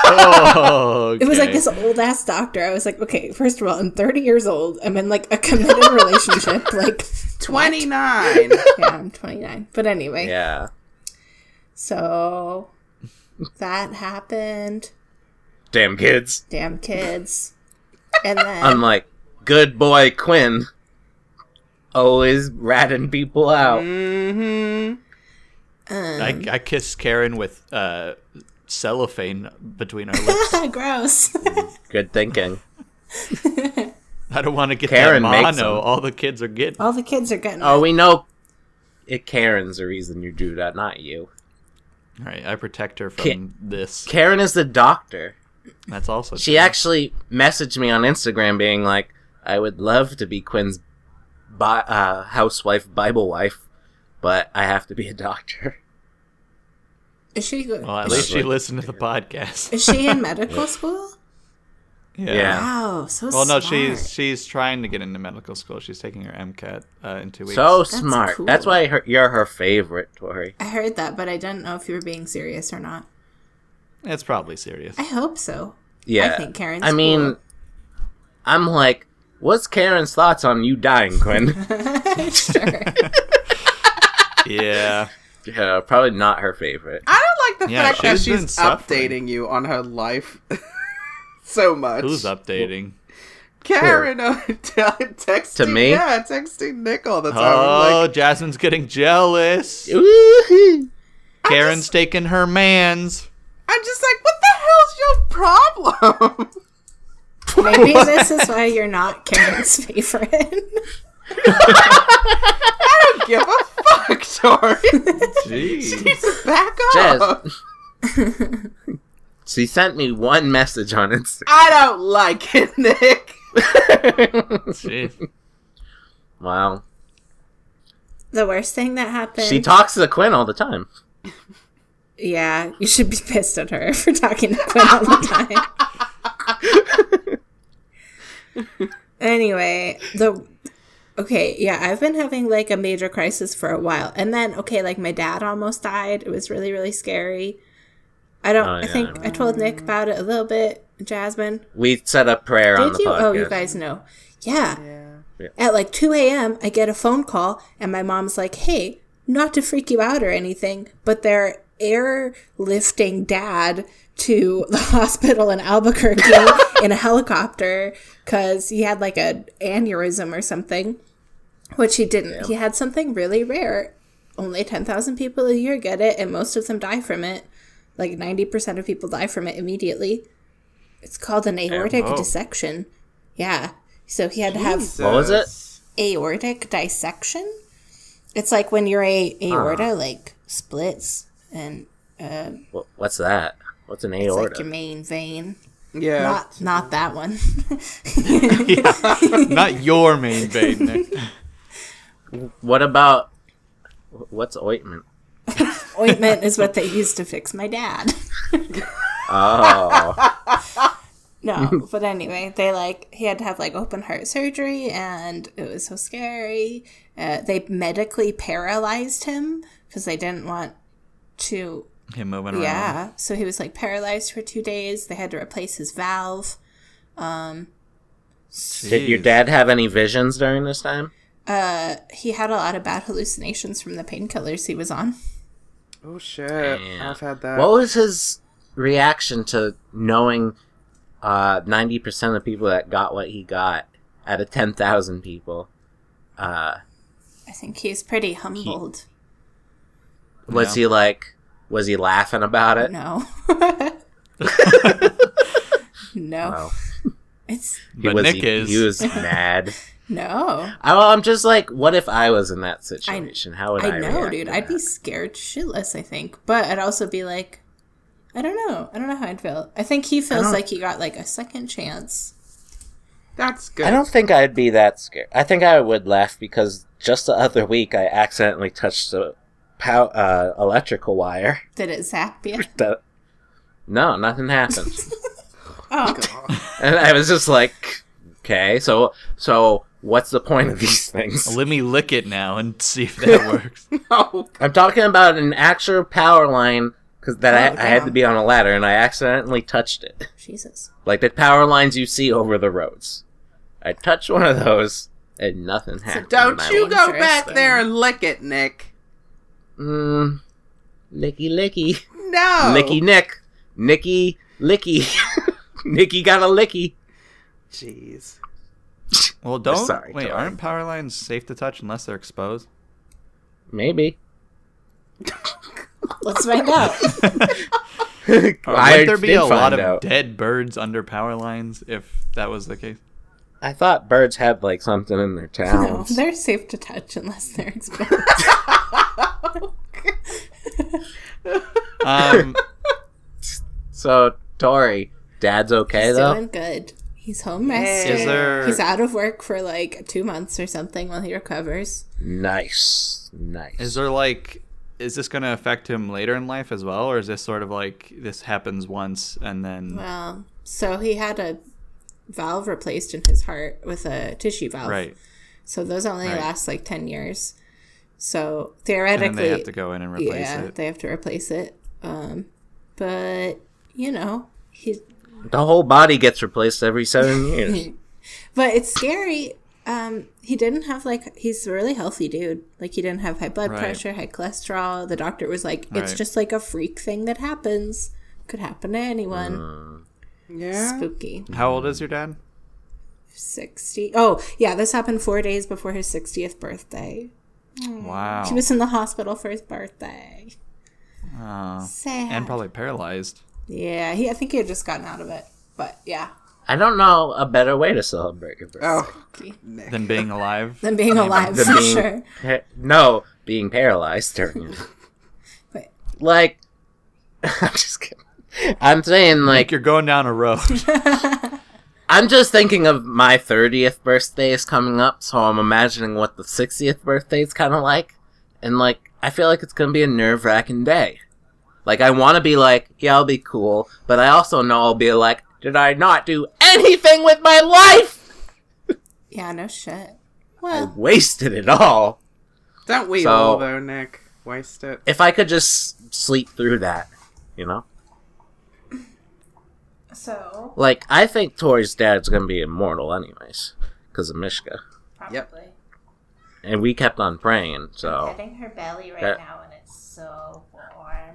Oh,
<laughs> It was like this old ass doctor. I was like, okay, first of all, I'm 30 years old. I'm in like a committed relationship. Like,
29.
yeah, I'm 29. But anyway,
Yeah.
so that happened.
Damn kids.
damn kids. And then
I'm like, good boy Quinn. Always ratting people out.
Mm.
I, I kissed Karen with uh, cellophane between our
<laughs>
lips.
gross.
Good thinking.
I don't want to get
Karen
that
makes
mono.
them.
All the kids are getting.
All the kids are getting
Oh, we know it Karen's the reason you do that, not you.
All right, I protect her from
Ki-
this.
Karen is the doctor.
That's also
She
true.
actually messaged me on Instagram being like, I would love to be Quinn's bi- uh, housewife, Bible wife, but I have to be a <laughs> doctor.
Is she good?
Well, at
is,
least
she,
she listened to the podcast.
is she in medical school?
Yeah.
Wow, so
Well, no,
smart.
she's she's trying to get into medical school. She's taking her MCAT uh, in two weeks.
So
That's
smart.
cool.
That's why her, you're her favorite, Tori.
I heard that, but I didn't know if you were being serious or not.
it's probably serious.
<laughs> I hope so.
<laughs>
Yeah.
think Karen's
I mean,
cool.
I'm like, what's Karen's thoughts on you dying, Quinn? <laughs>
sure.
Yeah.
yeah, probably not her favorite.
I don't like the
Yeah,
fact that
she's been
she's
suffering.
updating you on her life <laughs> so much.
Who's updating?
Karen <laughs> oh, texting
To me?
Yeah, texting Nick all the time.
Oh,
Like,
Jasmine's getting jealous.
Woo-hoo.
<laughs> Karen's taking her man's.
I'm just like, what the hell's your problem? <laughs>
Maybe this is why you're not Karen's favorite.
Give a fuck,
<laughs>
Tori.
Jeez.
Back up.
Jazz. she sent me one message on Instagram.
I don't like it, Nick.
Jeez.
<laughs> Wow.
<laughs> the worst thing that happened.
She talks to Quinn all the time.
yeah, you should be <laughs> pissed at her for talking to Quinn all the time.
<laughs>
anyway, the okay, yeah, I've been having like a major crisis for a while, and then okay, like my dad almost died. It was really really scary. I don't.
Oh,
I
yeah, I
think I, told Nick about it a little bit. Jasmine,
We set up prayer on
did
the
you?
podcast.
Oh, you guys know. Yeah. At like 2 a.m., I get a phone call, and my mom's like, hey, not to freak you out or anything, but they're airlifting dad to <laughs> the hospital in Albuquerque
<laughs>
in a helicopter because he had like an aneurysm or something, which he didn't. He had something really rare. Only 10,000 people a year get it, and most of them die from it. Like 90% of people die from it immediately. It's called an aortic
whoa.
dissection. Yeah. So he had to have
What was it?
aortic dissection. It's like when your a- aorta like splits and
Wh- What's that? What's an
it's
aorta?
like your main vein.
Yeah.
Not not that one. <laughs>
Not your main vein, Nick.
What about wh- what's ointment?
Ointment is what they used to fix my dad.
Oh,
No, but anyway, they like he had to have like open heart surgery, and it was so scary. Uh, they medically paralyzed him because they didn't want to
Him moving around.
Yeah. So he was like paralyzed for two days. They had to replace his valve.
did your
Jeez.
dad have any visions during this time?
Uh, He had a lot of bad hallucinations from the painkillers he was on.
Oh shit! I've had
Uh,
that.
What was his reaction to knowing uh, ninety percent of people that got what he got out of ten thousand people? Uh,
I think he's pretty humbled.
was
Yeah.
he like? Was he laughing about it? <laughs>
No. no.
Wow.
It's
He
But
was,
Nick
he,
is.
He
<laughs>
was mad.
no.
I, well, I'm just like, what if I was in that situation? How would I?
I know,
react
dude.
to
I'd be
that?
scared shitless, I think. But I'd also be like, I don't know. I don't know how I'd feel. I think he feels like he got like a second chance.
That's good.
I don't think I'd be that scared. I think I would laugh because just the other week I accidentally touched the pow- uh, electrical wire.
Did it zap you?
That no, nothing
<laughs>
happened,
Oh,
<laughs> and I was just like, okay, so so what's the point of these things?
Let me lick it now and see
<laughs>
if that works.
know.
I'm talking about an actual power line because that
Oh,
I, I had to be on a ladder and I accidentally touched it,
Jesus.
like the power lines you see over the roads. I touched one of those and nothing happened.
Don't
and I
you
went,
go
Interesting.
back there and lick it, Nick.
Mm, licky licky.
No.
Oh.
Licky Nick. Nicky Licky. <laughs> Nicky got a licky.
Jeez.
Well, don't.
Sorry,
wait,
Tori.
aren't power lines safe to touch unless they're exposed? <laughs>
Maybe.
Let's
<laughs>
find out.
Or
I
would there be
did
a lot
find
of
out.
dead birds under power lines if that was the case?
I thought birds had like something in their
No,
<laughs>
towns.
they're safe to touch unless they're exposed.
<laughs>
Um,
So Tori, Dad's okay
He's
though.
doing good. He's home rested.
is there?
He's out of work for like two months or something while he recovers.
Nice, nice.
Is there like is this going to affect him later in life as well or is this sort of like this happens once and then
Well, so he had a valve replaced in his heart with a tissue valve.
right
So those only
Right.
last like ten years. So
and then
theoretically,
they have to go in and replace
yeah,
it.
they have to replace it. Um, but you know, he <laughs>
the whole body gets replaced every seven years.
But it's scary. Um, he didn't have like he's a really healthy dude. Like he didn't have high blood
Right.
pressure, high cholesterol. The doctor was like, it's
Right.
just like a freak thing that happens. Could happen to anyone.
Uh.
Yeah.
Spooky.
How old is your dad?
Sixty. Oh yeah, this happened four days before his sixtieth birthday.
Wow.
He Mm. was in the hospital for his birthday.
Oh.
Sad.
and probably paralyzed.
yeah, he. I think he had just gotten out of it. But yeah,
I don't know a better way to celebrate your birthday.
Oh,
Than being alive.
<laughs> than being alive
than
for
being- <laughs>
sure.
Pa- no, being paralyzed during it.
<laughs> But-
like, <laughs> I'm just kidding. I'm saying, like,
like you're going down
<laughs>
a road.
I'm just thinking of my 30th birthday is coming up, so I'm imagining what the 60th birthday is kind of like. And, like, I feel like it's going to be a nerve wracking day. Like, I want to be like, yeah, I'll be cool, but I also know I'll be like, did I not do anything with my life?
Yeah, no shit.
I
Well,
wasted it all.
don't we
So-
all though, Nick? Waste it.
If I could just sleep through that, you know?
so
Like, I think Tori's dad's gonna be immortal anyways, because of Mishka.
probably
Yep.
And we kept on praying, so.
petting her belly right
That-
now, and it's so warm.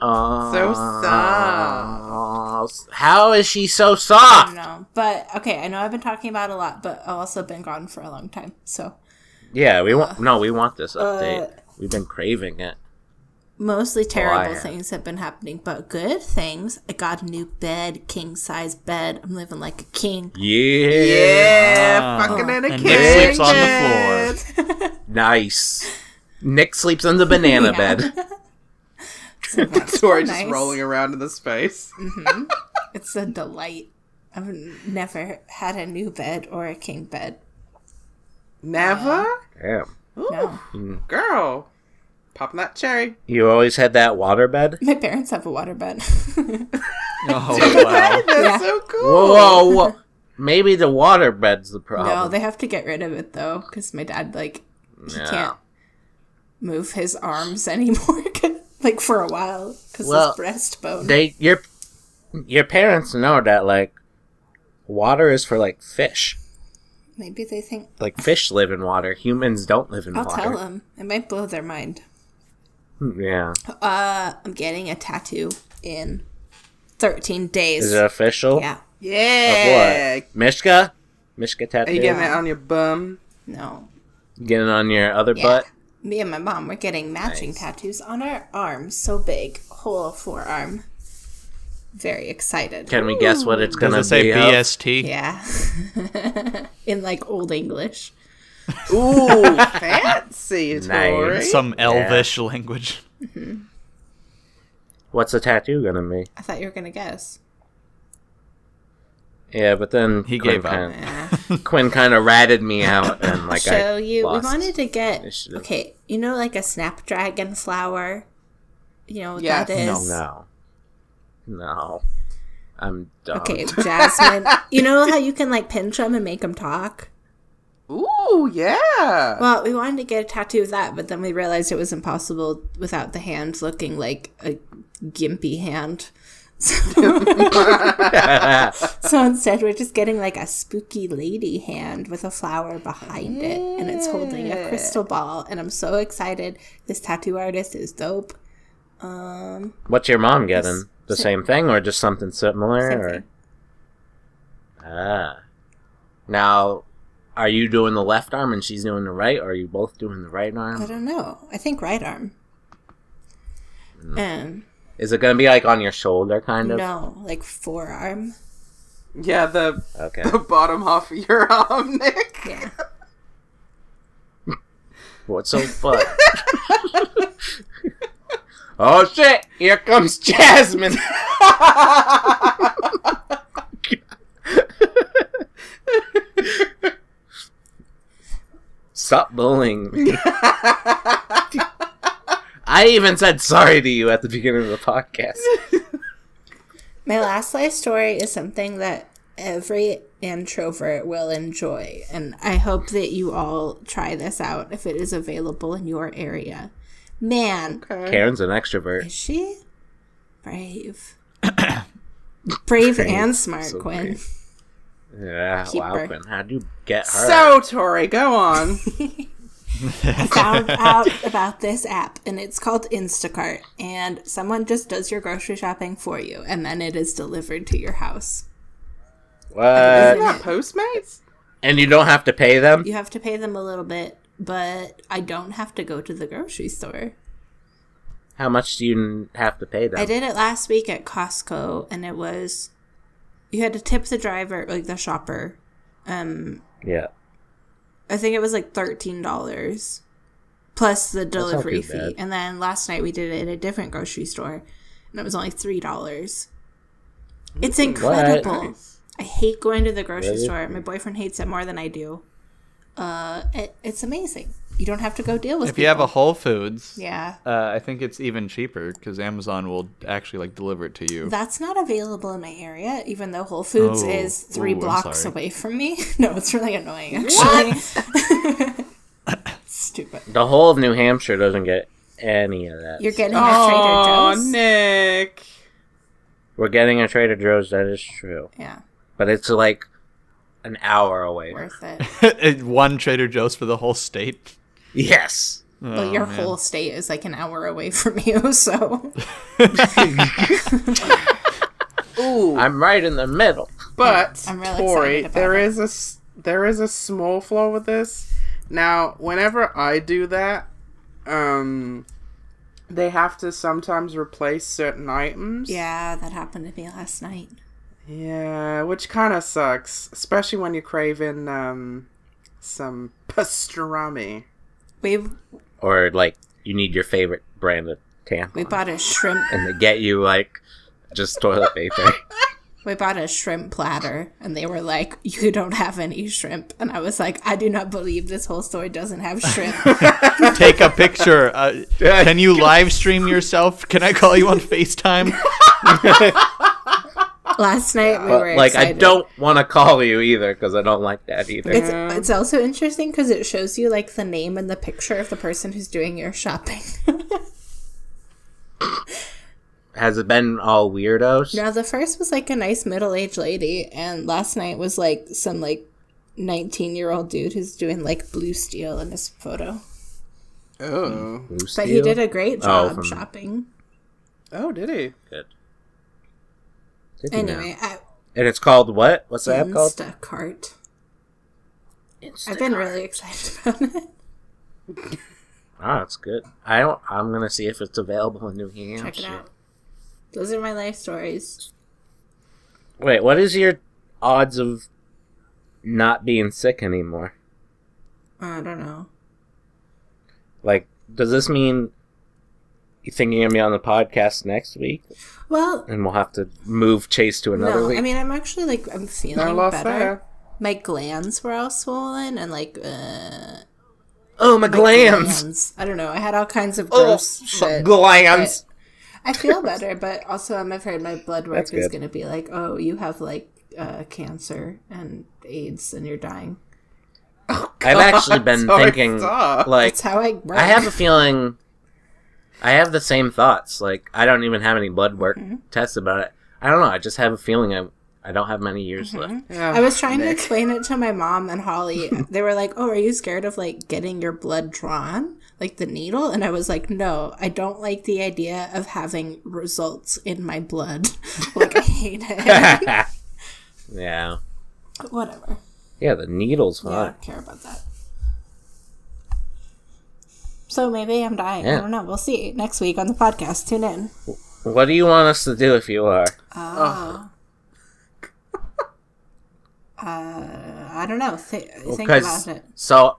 Uh,
So soft.
How is she so
I don't
soft?
know, but okay. I know I've been talking about it a lot, but I've also been gone for a long time. So
Yeah, we want. No, we want
Uh,
this update. We've been craving it.
mostly
Oh,
terrible
Liar.
things have been happening, but good things. I got a new bed, king size bed. I'm living like a king.
Yeah.
Yeah,
Oh,
Ah.
fucking in a
And
king.
Nick sleeps on the
bed.
<laughs>
Nice. Nick sleeps in the banana
<laughs> Yeah.
bed.
So
<laughs>
that's
Tori
nice.
just rolling around in the space.
It's a delight. I've n- never had a new bed or a king bed.
Never?
Damn.
Ooh,
No.
girl. Popping that cherry.
You always had that water bed.
My parents have a water bed.
<laughs>
<laughs>
Oh wow.
That's
Yeah.
so cool.
Whoa, whoa, whoa. Maybe the water bed's the problem.
No, they have to get rid of it though, because my dad like he
Um. Yeah.
can't move his arms <laughs> anymore, like for a while, because
Well,
his breastbone.
they your your parents know that like water is for like fish.
Maybe they think
Like fish live in water. Humans don't live in
I'll
water. Hmm,
tell them. It might blow their mind.
Yeah.
Uh, I'm getting a tattoo in 13
Is
days.
it official?
Yeah,
Yeah.
Mishka? Mishka tattoo?
Are you getting it on your bum?
no,
Getting on your other
yeah.
butt?
Me and my mom were getting matching tattoos on our arms, so big, whole forearm. Very excited.
Can we guess what it's
Does
gonna
it say
be? of?
BST?
Yeah. <laughs> in like old English.
Ooh, <laughs> fancy,
Nice.
Tori.
Some
<laughs>
elvish language.
What's the tattoo gonna be?
I thought you were gonna guess.
Yeah, but then
He
Quinn
gave up.
Kinda,
<laughs>
Quinn kind of ratted me out, and like
Show
I
you.
lost.
We wanted to get
initiative.
okay. You know, like a snapdragon flower. You know what
Yes.
that
No,
is.
No, no, I'm dumb.
Okay, Jasmine. you know how you can like pinch them and make them talk.
Ooh, yeah.
Well, we wanted to get a tattoo of that, but then we realized it was impossible without the hand looking like a gimpy hand. <laughs> So instead, we're just getting like a spooky lady hand with a flower behind it, and it's holding a crystal ball. And I'm so excited. This tattoo artist is dope. Um,
<laughs> What's your mom getting? The same thing, or just something similar?
Same
or
thing.
ah, now are you doing the left arm and she's doing the right, or are you both doing the right
I
arm?
don't know. I think right arm. Um,
Is it gonna be like on your shoulder, Mm. kind of?
no, like forearm.
Yeah, the
Okay.
the bottom half of your <laughs> arm, Nick.
Yeah.
What's so fun? <laughs> oh shit! Here comes Jasmine. <laughs> Stop bullying me. I even said sorry to you at the beginning of the podcast.
My last life story is something that every introvert will enjoy, and I hope that you all try this out if it is available in your area. Man,
Karen's an extrovert.
is she <coughs> brave? brave, and smart, Quinn.
Yeah,
Keep
wow,
her.
Quinn. How'd you get her?
So, Tori, go on.
found out about this app and it's called Instacart and someone just does your grocery shopping for you and then it is delivered to your house.
what?
Isn't that Postmates?
And you don't have to pay them?
You have to pay them a little bit, but I don't have to go to the grocery store.
How much do you n- have to pay
I
them?
did it last week at Costco and it was you had to tip the driver, like the shopper.
Yeah.
I think it was like $13 plus the delivery
too
fee.
bad.
And then last night we did it at a different grocery store and it was only $3. It's incredible. I hate going to the grocery store. My boyfriend hates it more than I do. Uh, it, it's amazing. You don't have to go deal with.
If you have a
people.
Whole Foods,
yeah,
uh, I think it's even cheaper because Amazon will actually like deliver it to <laughs> you.
that's not available in my area, even though Whole Foods
Oh,
is three
ooh, I'm
blocks
sorry.
away from me. <laughs> no, it's really annoying. Actually,
<laughs>
stupid.
The whole of New Hampshire doesn't get any of that.
You're getting a
Oh,
Trader Joe's.
Nick.
We're getting a Trader Joe's, that is true.
Yeah,
But it's like an hour away.
worth
<laughs>
it.
One Trader Joe's for the whole state.
Yes.
but
Oh,
your whole state is like an hour away from you, <laughs>
<laughs>
so
Ooh,
I'm right in the middle.
but
I'm really
Tori,
excited about
there
it.
is a s- there is a small flaw with this. Now, whenever I do that, um, they have to sometimes replace certain items.
yeah, that happened to me last night.
Yeah, which kind of sucks, especially when you're craving um some pastrami.
We
Or like you need your favorite brand of tampon.
we bought a shrimp
and they get you like just toilet paper.
We bought a shrimp platter, and they were like, "You don't have any shrimp," and I was like, "I do not believe this whole store doesn't have
<laughs>
shrimp."
Take a picture.
<laughs>
Uh, can you live stream yourself? Can I call you on <laughs> FaceTime?
Last night we <laughs>
but
were
Uh, <laughs> like I
excited.
don't want to call you either because I don't like that either.
It's it's also interesting because it shows you like the name and the picture of the person who's doing your
<laughs>
shopping.
Has it been all weirdos?
now the first was like a nice middle aged lady, and last night was like some like nineteen year old dude who's doing like blue steel in his photo.
Oh,
Blue
But
Steel?
he
Oh,
did a great job
from-
shopping.
oh, did he?
Did he now?
Anyway, I
And it's called what? What's the app called?
Instacart. I've been really excited <laughs> about it.
Oh, it's good. I don't. I'm gonna see if it's available in New Hampshire.
Check it out. Those are my life stories.
Wait, what is your odds of not being sick anymore?
I don't know.
Like, does this mean you think you're gonna be on the podcast next week,
Well,
and we'll have to move Chase to another
no.
week?
I mean, I'm actually like I'm feeling
No loss
better.
there.
My glands were all swollen and like uh,
oh, my glams!
glands. I don't know. I had all kinds of
Oh,
gross shit.
glams!
I feel better, but also I'm afraid my blood work
That's
is
good.
going to be like, oh, you have like uh, cancer and AIDS and you're dying.
I've actually
<laughs>
been
Sorry,
thinking,
stop.
like,
That's how I work.
I
<laughs>
have a feeling. I have the same thoughts. Like I don't even have any blood work tests about it. I don't know. I just have a feeling I I don't have many years left.
I was trying to explain it to my mom
<laughs>
and Holly. They were like, "Oh, are you scared of like getting your blood drawn, like the needle?" And I was like, "No, I don't like the idea of having results in my blood. <laughs> like I hate
<laughs>
it.
yeah,
Whatever.
yeah. The needles,
I
huh?
don't care about that." So maybe I'm dying. I
Yeah.
don't know. We'll see next week on the podcast. Tune in.
What do you want us to do if you are?
Uh, I don't know. Th- think
Because <laughs>
about it.
so,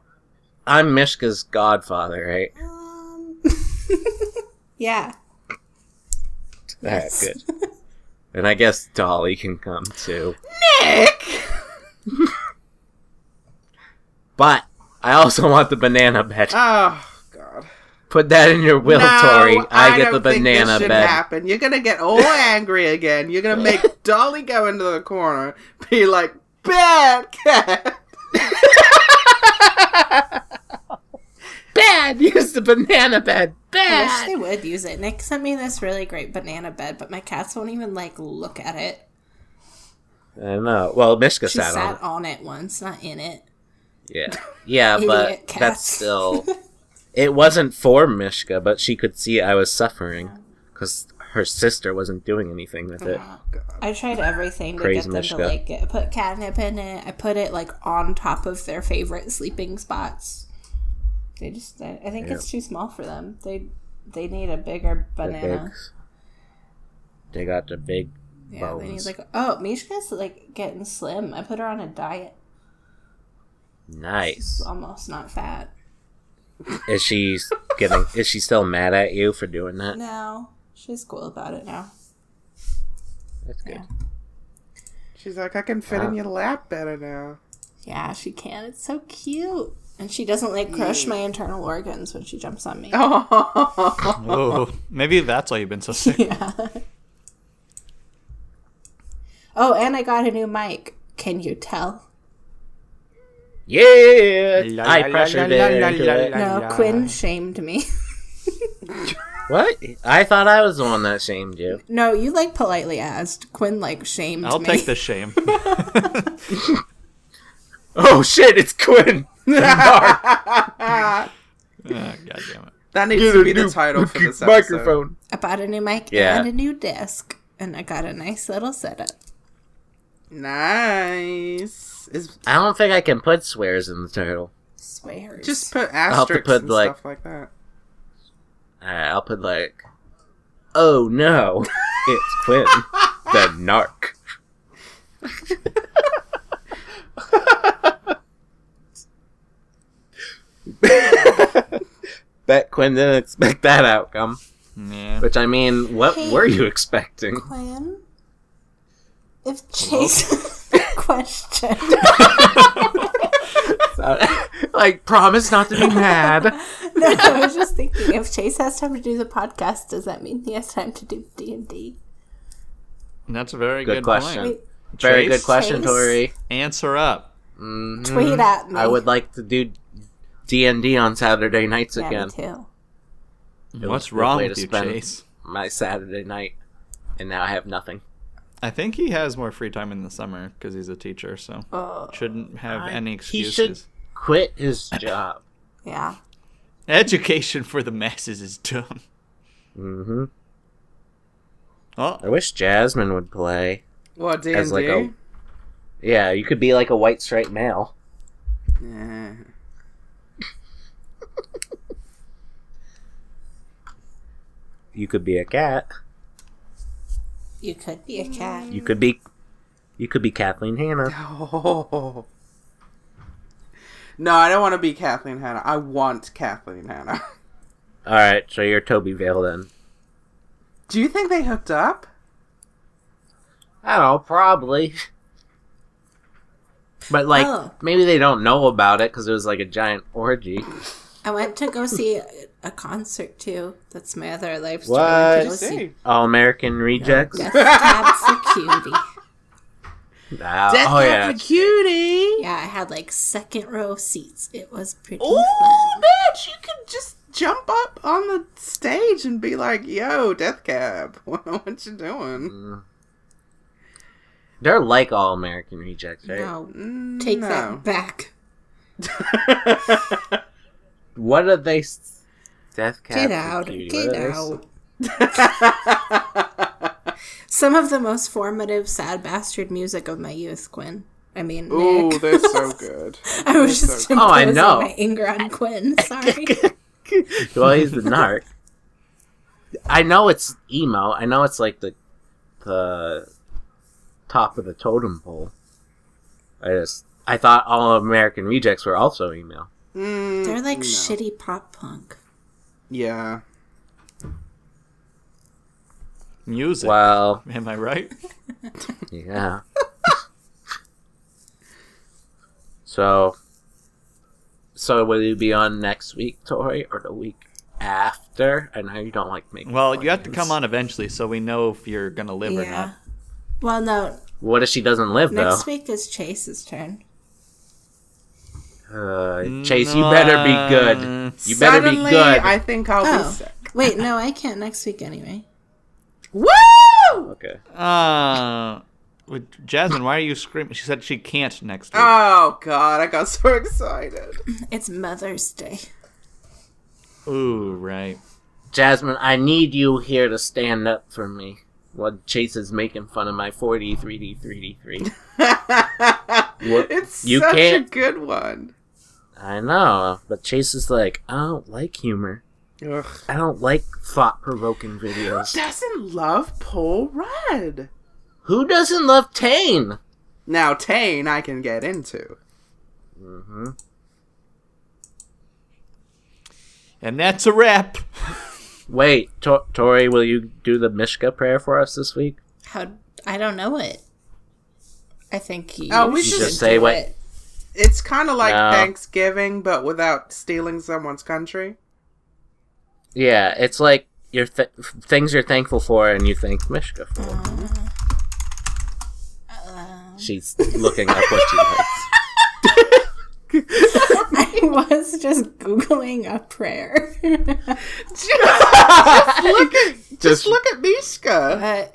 I'm Mishka's godfather, right?
Um, yeah.
All right, good. And I guess Dolly can come too.
Nick,
But I also want the banana bed.
oh god.
Put that in your will, Tori. I, get the
don't think
banana
should
bed.
Happen. You're gonna
<laughs>
get all angry again. You're gonna make Dolly go into the corner, be like, "Bad cat."
Bad. <laughs> Use the banana bed.
I
Bad.
wish they would use it. Nick sent me this really great banana bed, but my cats won't even like look at it.
I don't know. Well, Mishka
She
sat, on
sat
it.
on it once, not in it.
Yeah.
<laughs>
Yeah,
Idiot
but
cat.
that's
<laughs>
still. It wasn't for Mishka, but she could see I was suffering because her sister wasn't doing anything with it.
Uh, I tried everything to
Praise
get them to
Mishka.
like get, put catnip in it. I put it like on top of their favorite sleeping spots. They just, I I think it's too small for them. They they need a bigger
The
banana.
bigs. They got the big
Yeah, they need
bones.
like oh, Mishka's like getting slim. I put her on a diet,
Nice.
almost not fat.
Is
<laughs>
she s- getting? Is she still mad at you for doing that?
No, she's cool about it now.
That's good.
She's like, I can
Uh,
fit in your lap better <laughs> now.
Yeah, she can. It's so cute, and she doesn't like crush my internal organs when she jumps on me.
Oh,
Oh, maybe that's why you've been so <laughs>
<laughs>
sick.
Yeah. Oh, and I got a new mic. Can you tell?
Yeah, I pressured her into it.
No, Quinn shamed me. <laughs>
What? I thought I was the one that shamed
<laughs>
you.
no, you like politely asked. Quinn like shamed
I'll
me.
take
<laughs>
the shame. Ah,
Oh shit! It's Quinn.
Ah, God damn it.
that needs to be the
<laughs>
title for this episode.
microphone.
I bought a new mic
Yeah.
and a new desk, and I got a nice little setup.
Nice. Is
I don't think I can put swears in the title.
Swears.
just put
have to
asterisks
put,
and
like-
stuff like that.
Alright, Uh, I'll put like, oh <laughs> no, it's Quinn, the narc. Bet Quinn didn't expect that outcome.
Yeah.
Which I mean, what
Hey.
were you <laughs> expecting?
Quinn. If Chase <laughs> question. <laughs>
like, promise not to be
<laughs>
mad.
No, I was just thinking. If Chase has time to do the podcast, does that mean he has time to do D and D?
That's a very
Good
good,
question.
Point.
Very
Chase?
good question,
Chase?
Tori.
Answer up.
Mhm.
Tweet at me.
I would like to do D and D on Saturday nights
yeah,
again.
me too.
was a
What's
good
wrong
way
with
to
you,
spend-
Chase?
My Saturday night, and now I have nothing.
I think he has more free time in the summer because he's a teacher, so shouldn't have any
He
excuses.
should quit his job.
Yeah.
Education for the masses is dumb.
hmm
Oh,
I wish Jasmine would play.
What D
As
and
like
D?
a- Yeah, you could be like a white straight male.
Yeah. <laughs>
You could be a cat.
You could be a cat.
You could be. You could be Kathleen Hanna.
Oh. No, I don't want to be Kathleen Hanna. I want Kathleen Hanna. <laughs>
All right, so you're Toby Vale then.
Do you think they hooked up?
I don't know, probably. But like,
Oh.
maybe they don't know about it because it was like a giant orgy.
I went to go see a, a concert too. That's my other life story.
What?
I went to
Did
go see
All American Rejects.
<laughs>
Death Cab for Cutie.
Ah,
Death
oh
Cab
yeah,
for Cutie.
Yeah, I had like second row seats. It was pretty
Oh,
fun.
bitch! You could just jump up on the stage and be like, "Yo, Death Cab, <laughs> what, what you doing?"
they're like All American Rejects, right?
No,
Mm,
take
no.
that back.
What are they? s- Death Cab.
Get
for
out.
Cutie,
Get
what are they s-
out.
<laughs>
Some of the most formative sad bastard music of my youth, Quinn. I mean,
Ooh,
Nick.
they're so good.
<laughs> I was just
Oh, I
imposing
know.
my anger on Quinn.
<laughs>
Sorry.
well, he's the narc. I know it's emo. I know it's like the the top of the totem pole. I just I thought all American Rejects were also emo.
Mm,
They're like
no.
shitty pop punk.
Yeah.
music. <laughs>
Well,
Am I right?
yeah. so, so will you be on next week, Tori, or the week after? I know you don't like making.
Well, you have to
plans.
come on eventually so we know if you're going to live or
Yeah.
not.
Well, no.
What if she doesn't live
Next
though?
week is Chase's turn.
Uh, Chase, you better be good. You better
Suddenly,
be good.
I think I'll
Oh.
be sick.
Wait, no, I can't next week anyway.
Woo!
Okay.
Uh, With Jasmine, why are you screaming? She said she can't next week.
Oh god, I got so <laughs> excited.
It's Mother's Day.
Ooh, right.
Jasmine, I need you here to stand up for me. While Chase is making fun of my 4D, 3D, 3D, 3. What?
It's
You
such a
can't-
good one.
I know, but Chase is like, I don't like humor.
Ugh.
I don't like thought provoking videos.
<laughs> Doesn't love Paul Rudd.
Who doesn't love Tane?
Now Tane I can get into.
And that's a wrap.
Wait, Tor- Tori, will you do the Mishka prayer for us this week?
How I don't know it. I think you.
Oh, we should
just say
do
what-
it.
It's kinda like
No.
Thanksgiving but without stealing someone's country.
Yeah, it's like your th- things you're thankful for and you thank Mishka for. She's looking up what she likes.
<laughs> I was just googling a
<laughs>
prayer,
Just
Look at Mishka.
but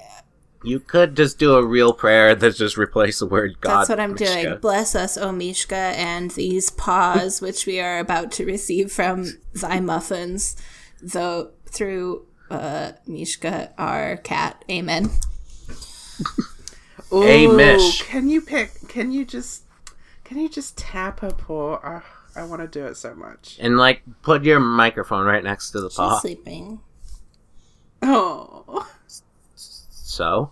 you could just do a real prayer that just replace the word God.
that's what I'm
with
doing.
Mishka.
Bless us, O Mishka, and these paws which we are about to receive from thy muffins, though through uh, Mishka, our cat. Amen.
Ooh,
Hey, Mish.
Can you pick can you just can you just tap her paw? Ugh, I wanna do it so much.
And like, put your microphone right next to the
She's
paw.
sleeping.
Oh.
So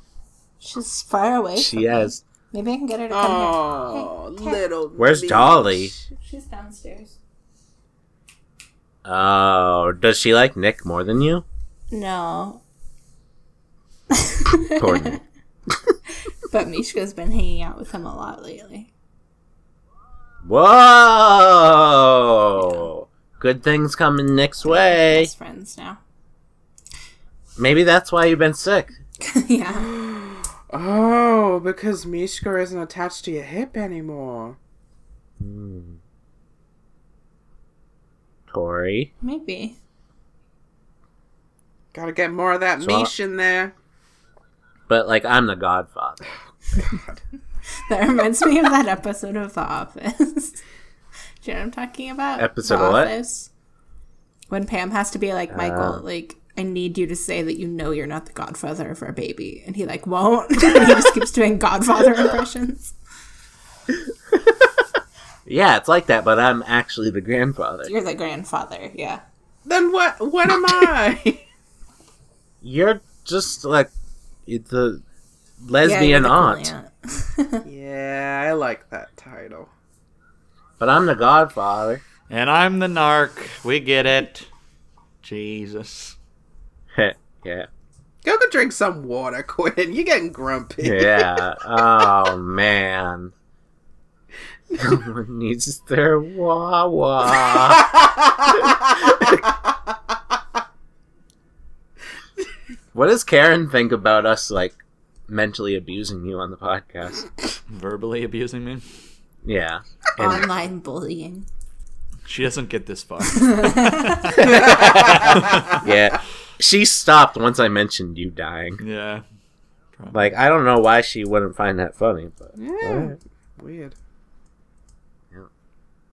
She's far away. from
she
me.
has.
Maybe I can get her to come
Oh,
here. Hey, cat.
little.
Where's
bitch.
Dolly?
She's downstairs.
Oh, does she like Nick more than
<laughs>
you,
No,
Courtney?
<laughs> but Mishka's been hanging out with him a lot lately.
Whoa! Good things coming Nick's way.
Best friends now. <laughs>
Maybe that's why you've been sick.
yeah.
Oh, because Mishka isn't attached to your hip anymore.
Tori.
Maybe.
Gotta get more of that
So I-
Mish in there.
But like I'm the godfather.
That reminds me of that episode of The Office. <laughs> Do you know what I'm talking about?
Episode
The
of what? Oh.
Office. When Pam has to be like, Michael, like, I need you to say that you know you're not the godfather of our baby. And he, like, won't. <laughs> he just keeps doing
<laughs>
godfather <laughs> impressions.
Yeah, it's like that, but I'm actually the grandfather.
You're the grandfather, yeah.
Then what? What
<laughs>
am I?
You're just like the lesbian aunt.
<laughs>
yeah, I like that title.
But I'm the godfather.
And I'm the narc. We get it. Jesus.
Heh, yeah.
Go go drink some water, <laughs> Quinn. You're getting grumpy.
Yeah. oh man. <laughs> Someone needs their wawa. what does Karen think about us like mentally abusing you on the podcast?
Verbally abusing me.
Yeah.
Online bullying. <laughs>
She doesn't get this far.
Yeah. She stopped once I mentioned you dying.
yeah.
Like I don't know why she wouldn't find that funny, but
Yeah. <laughs> Weird.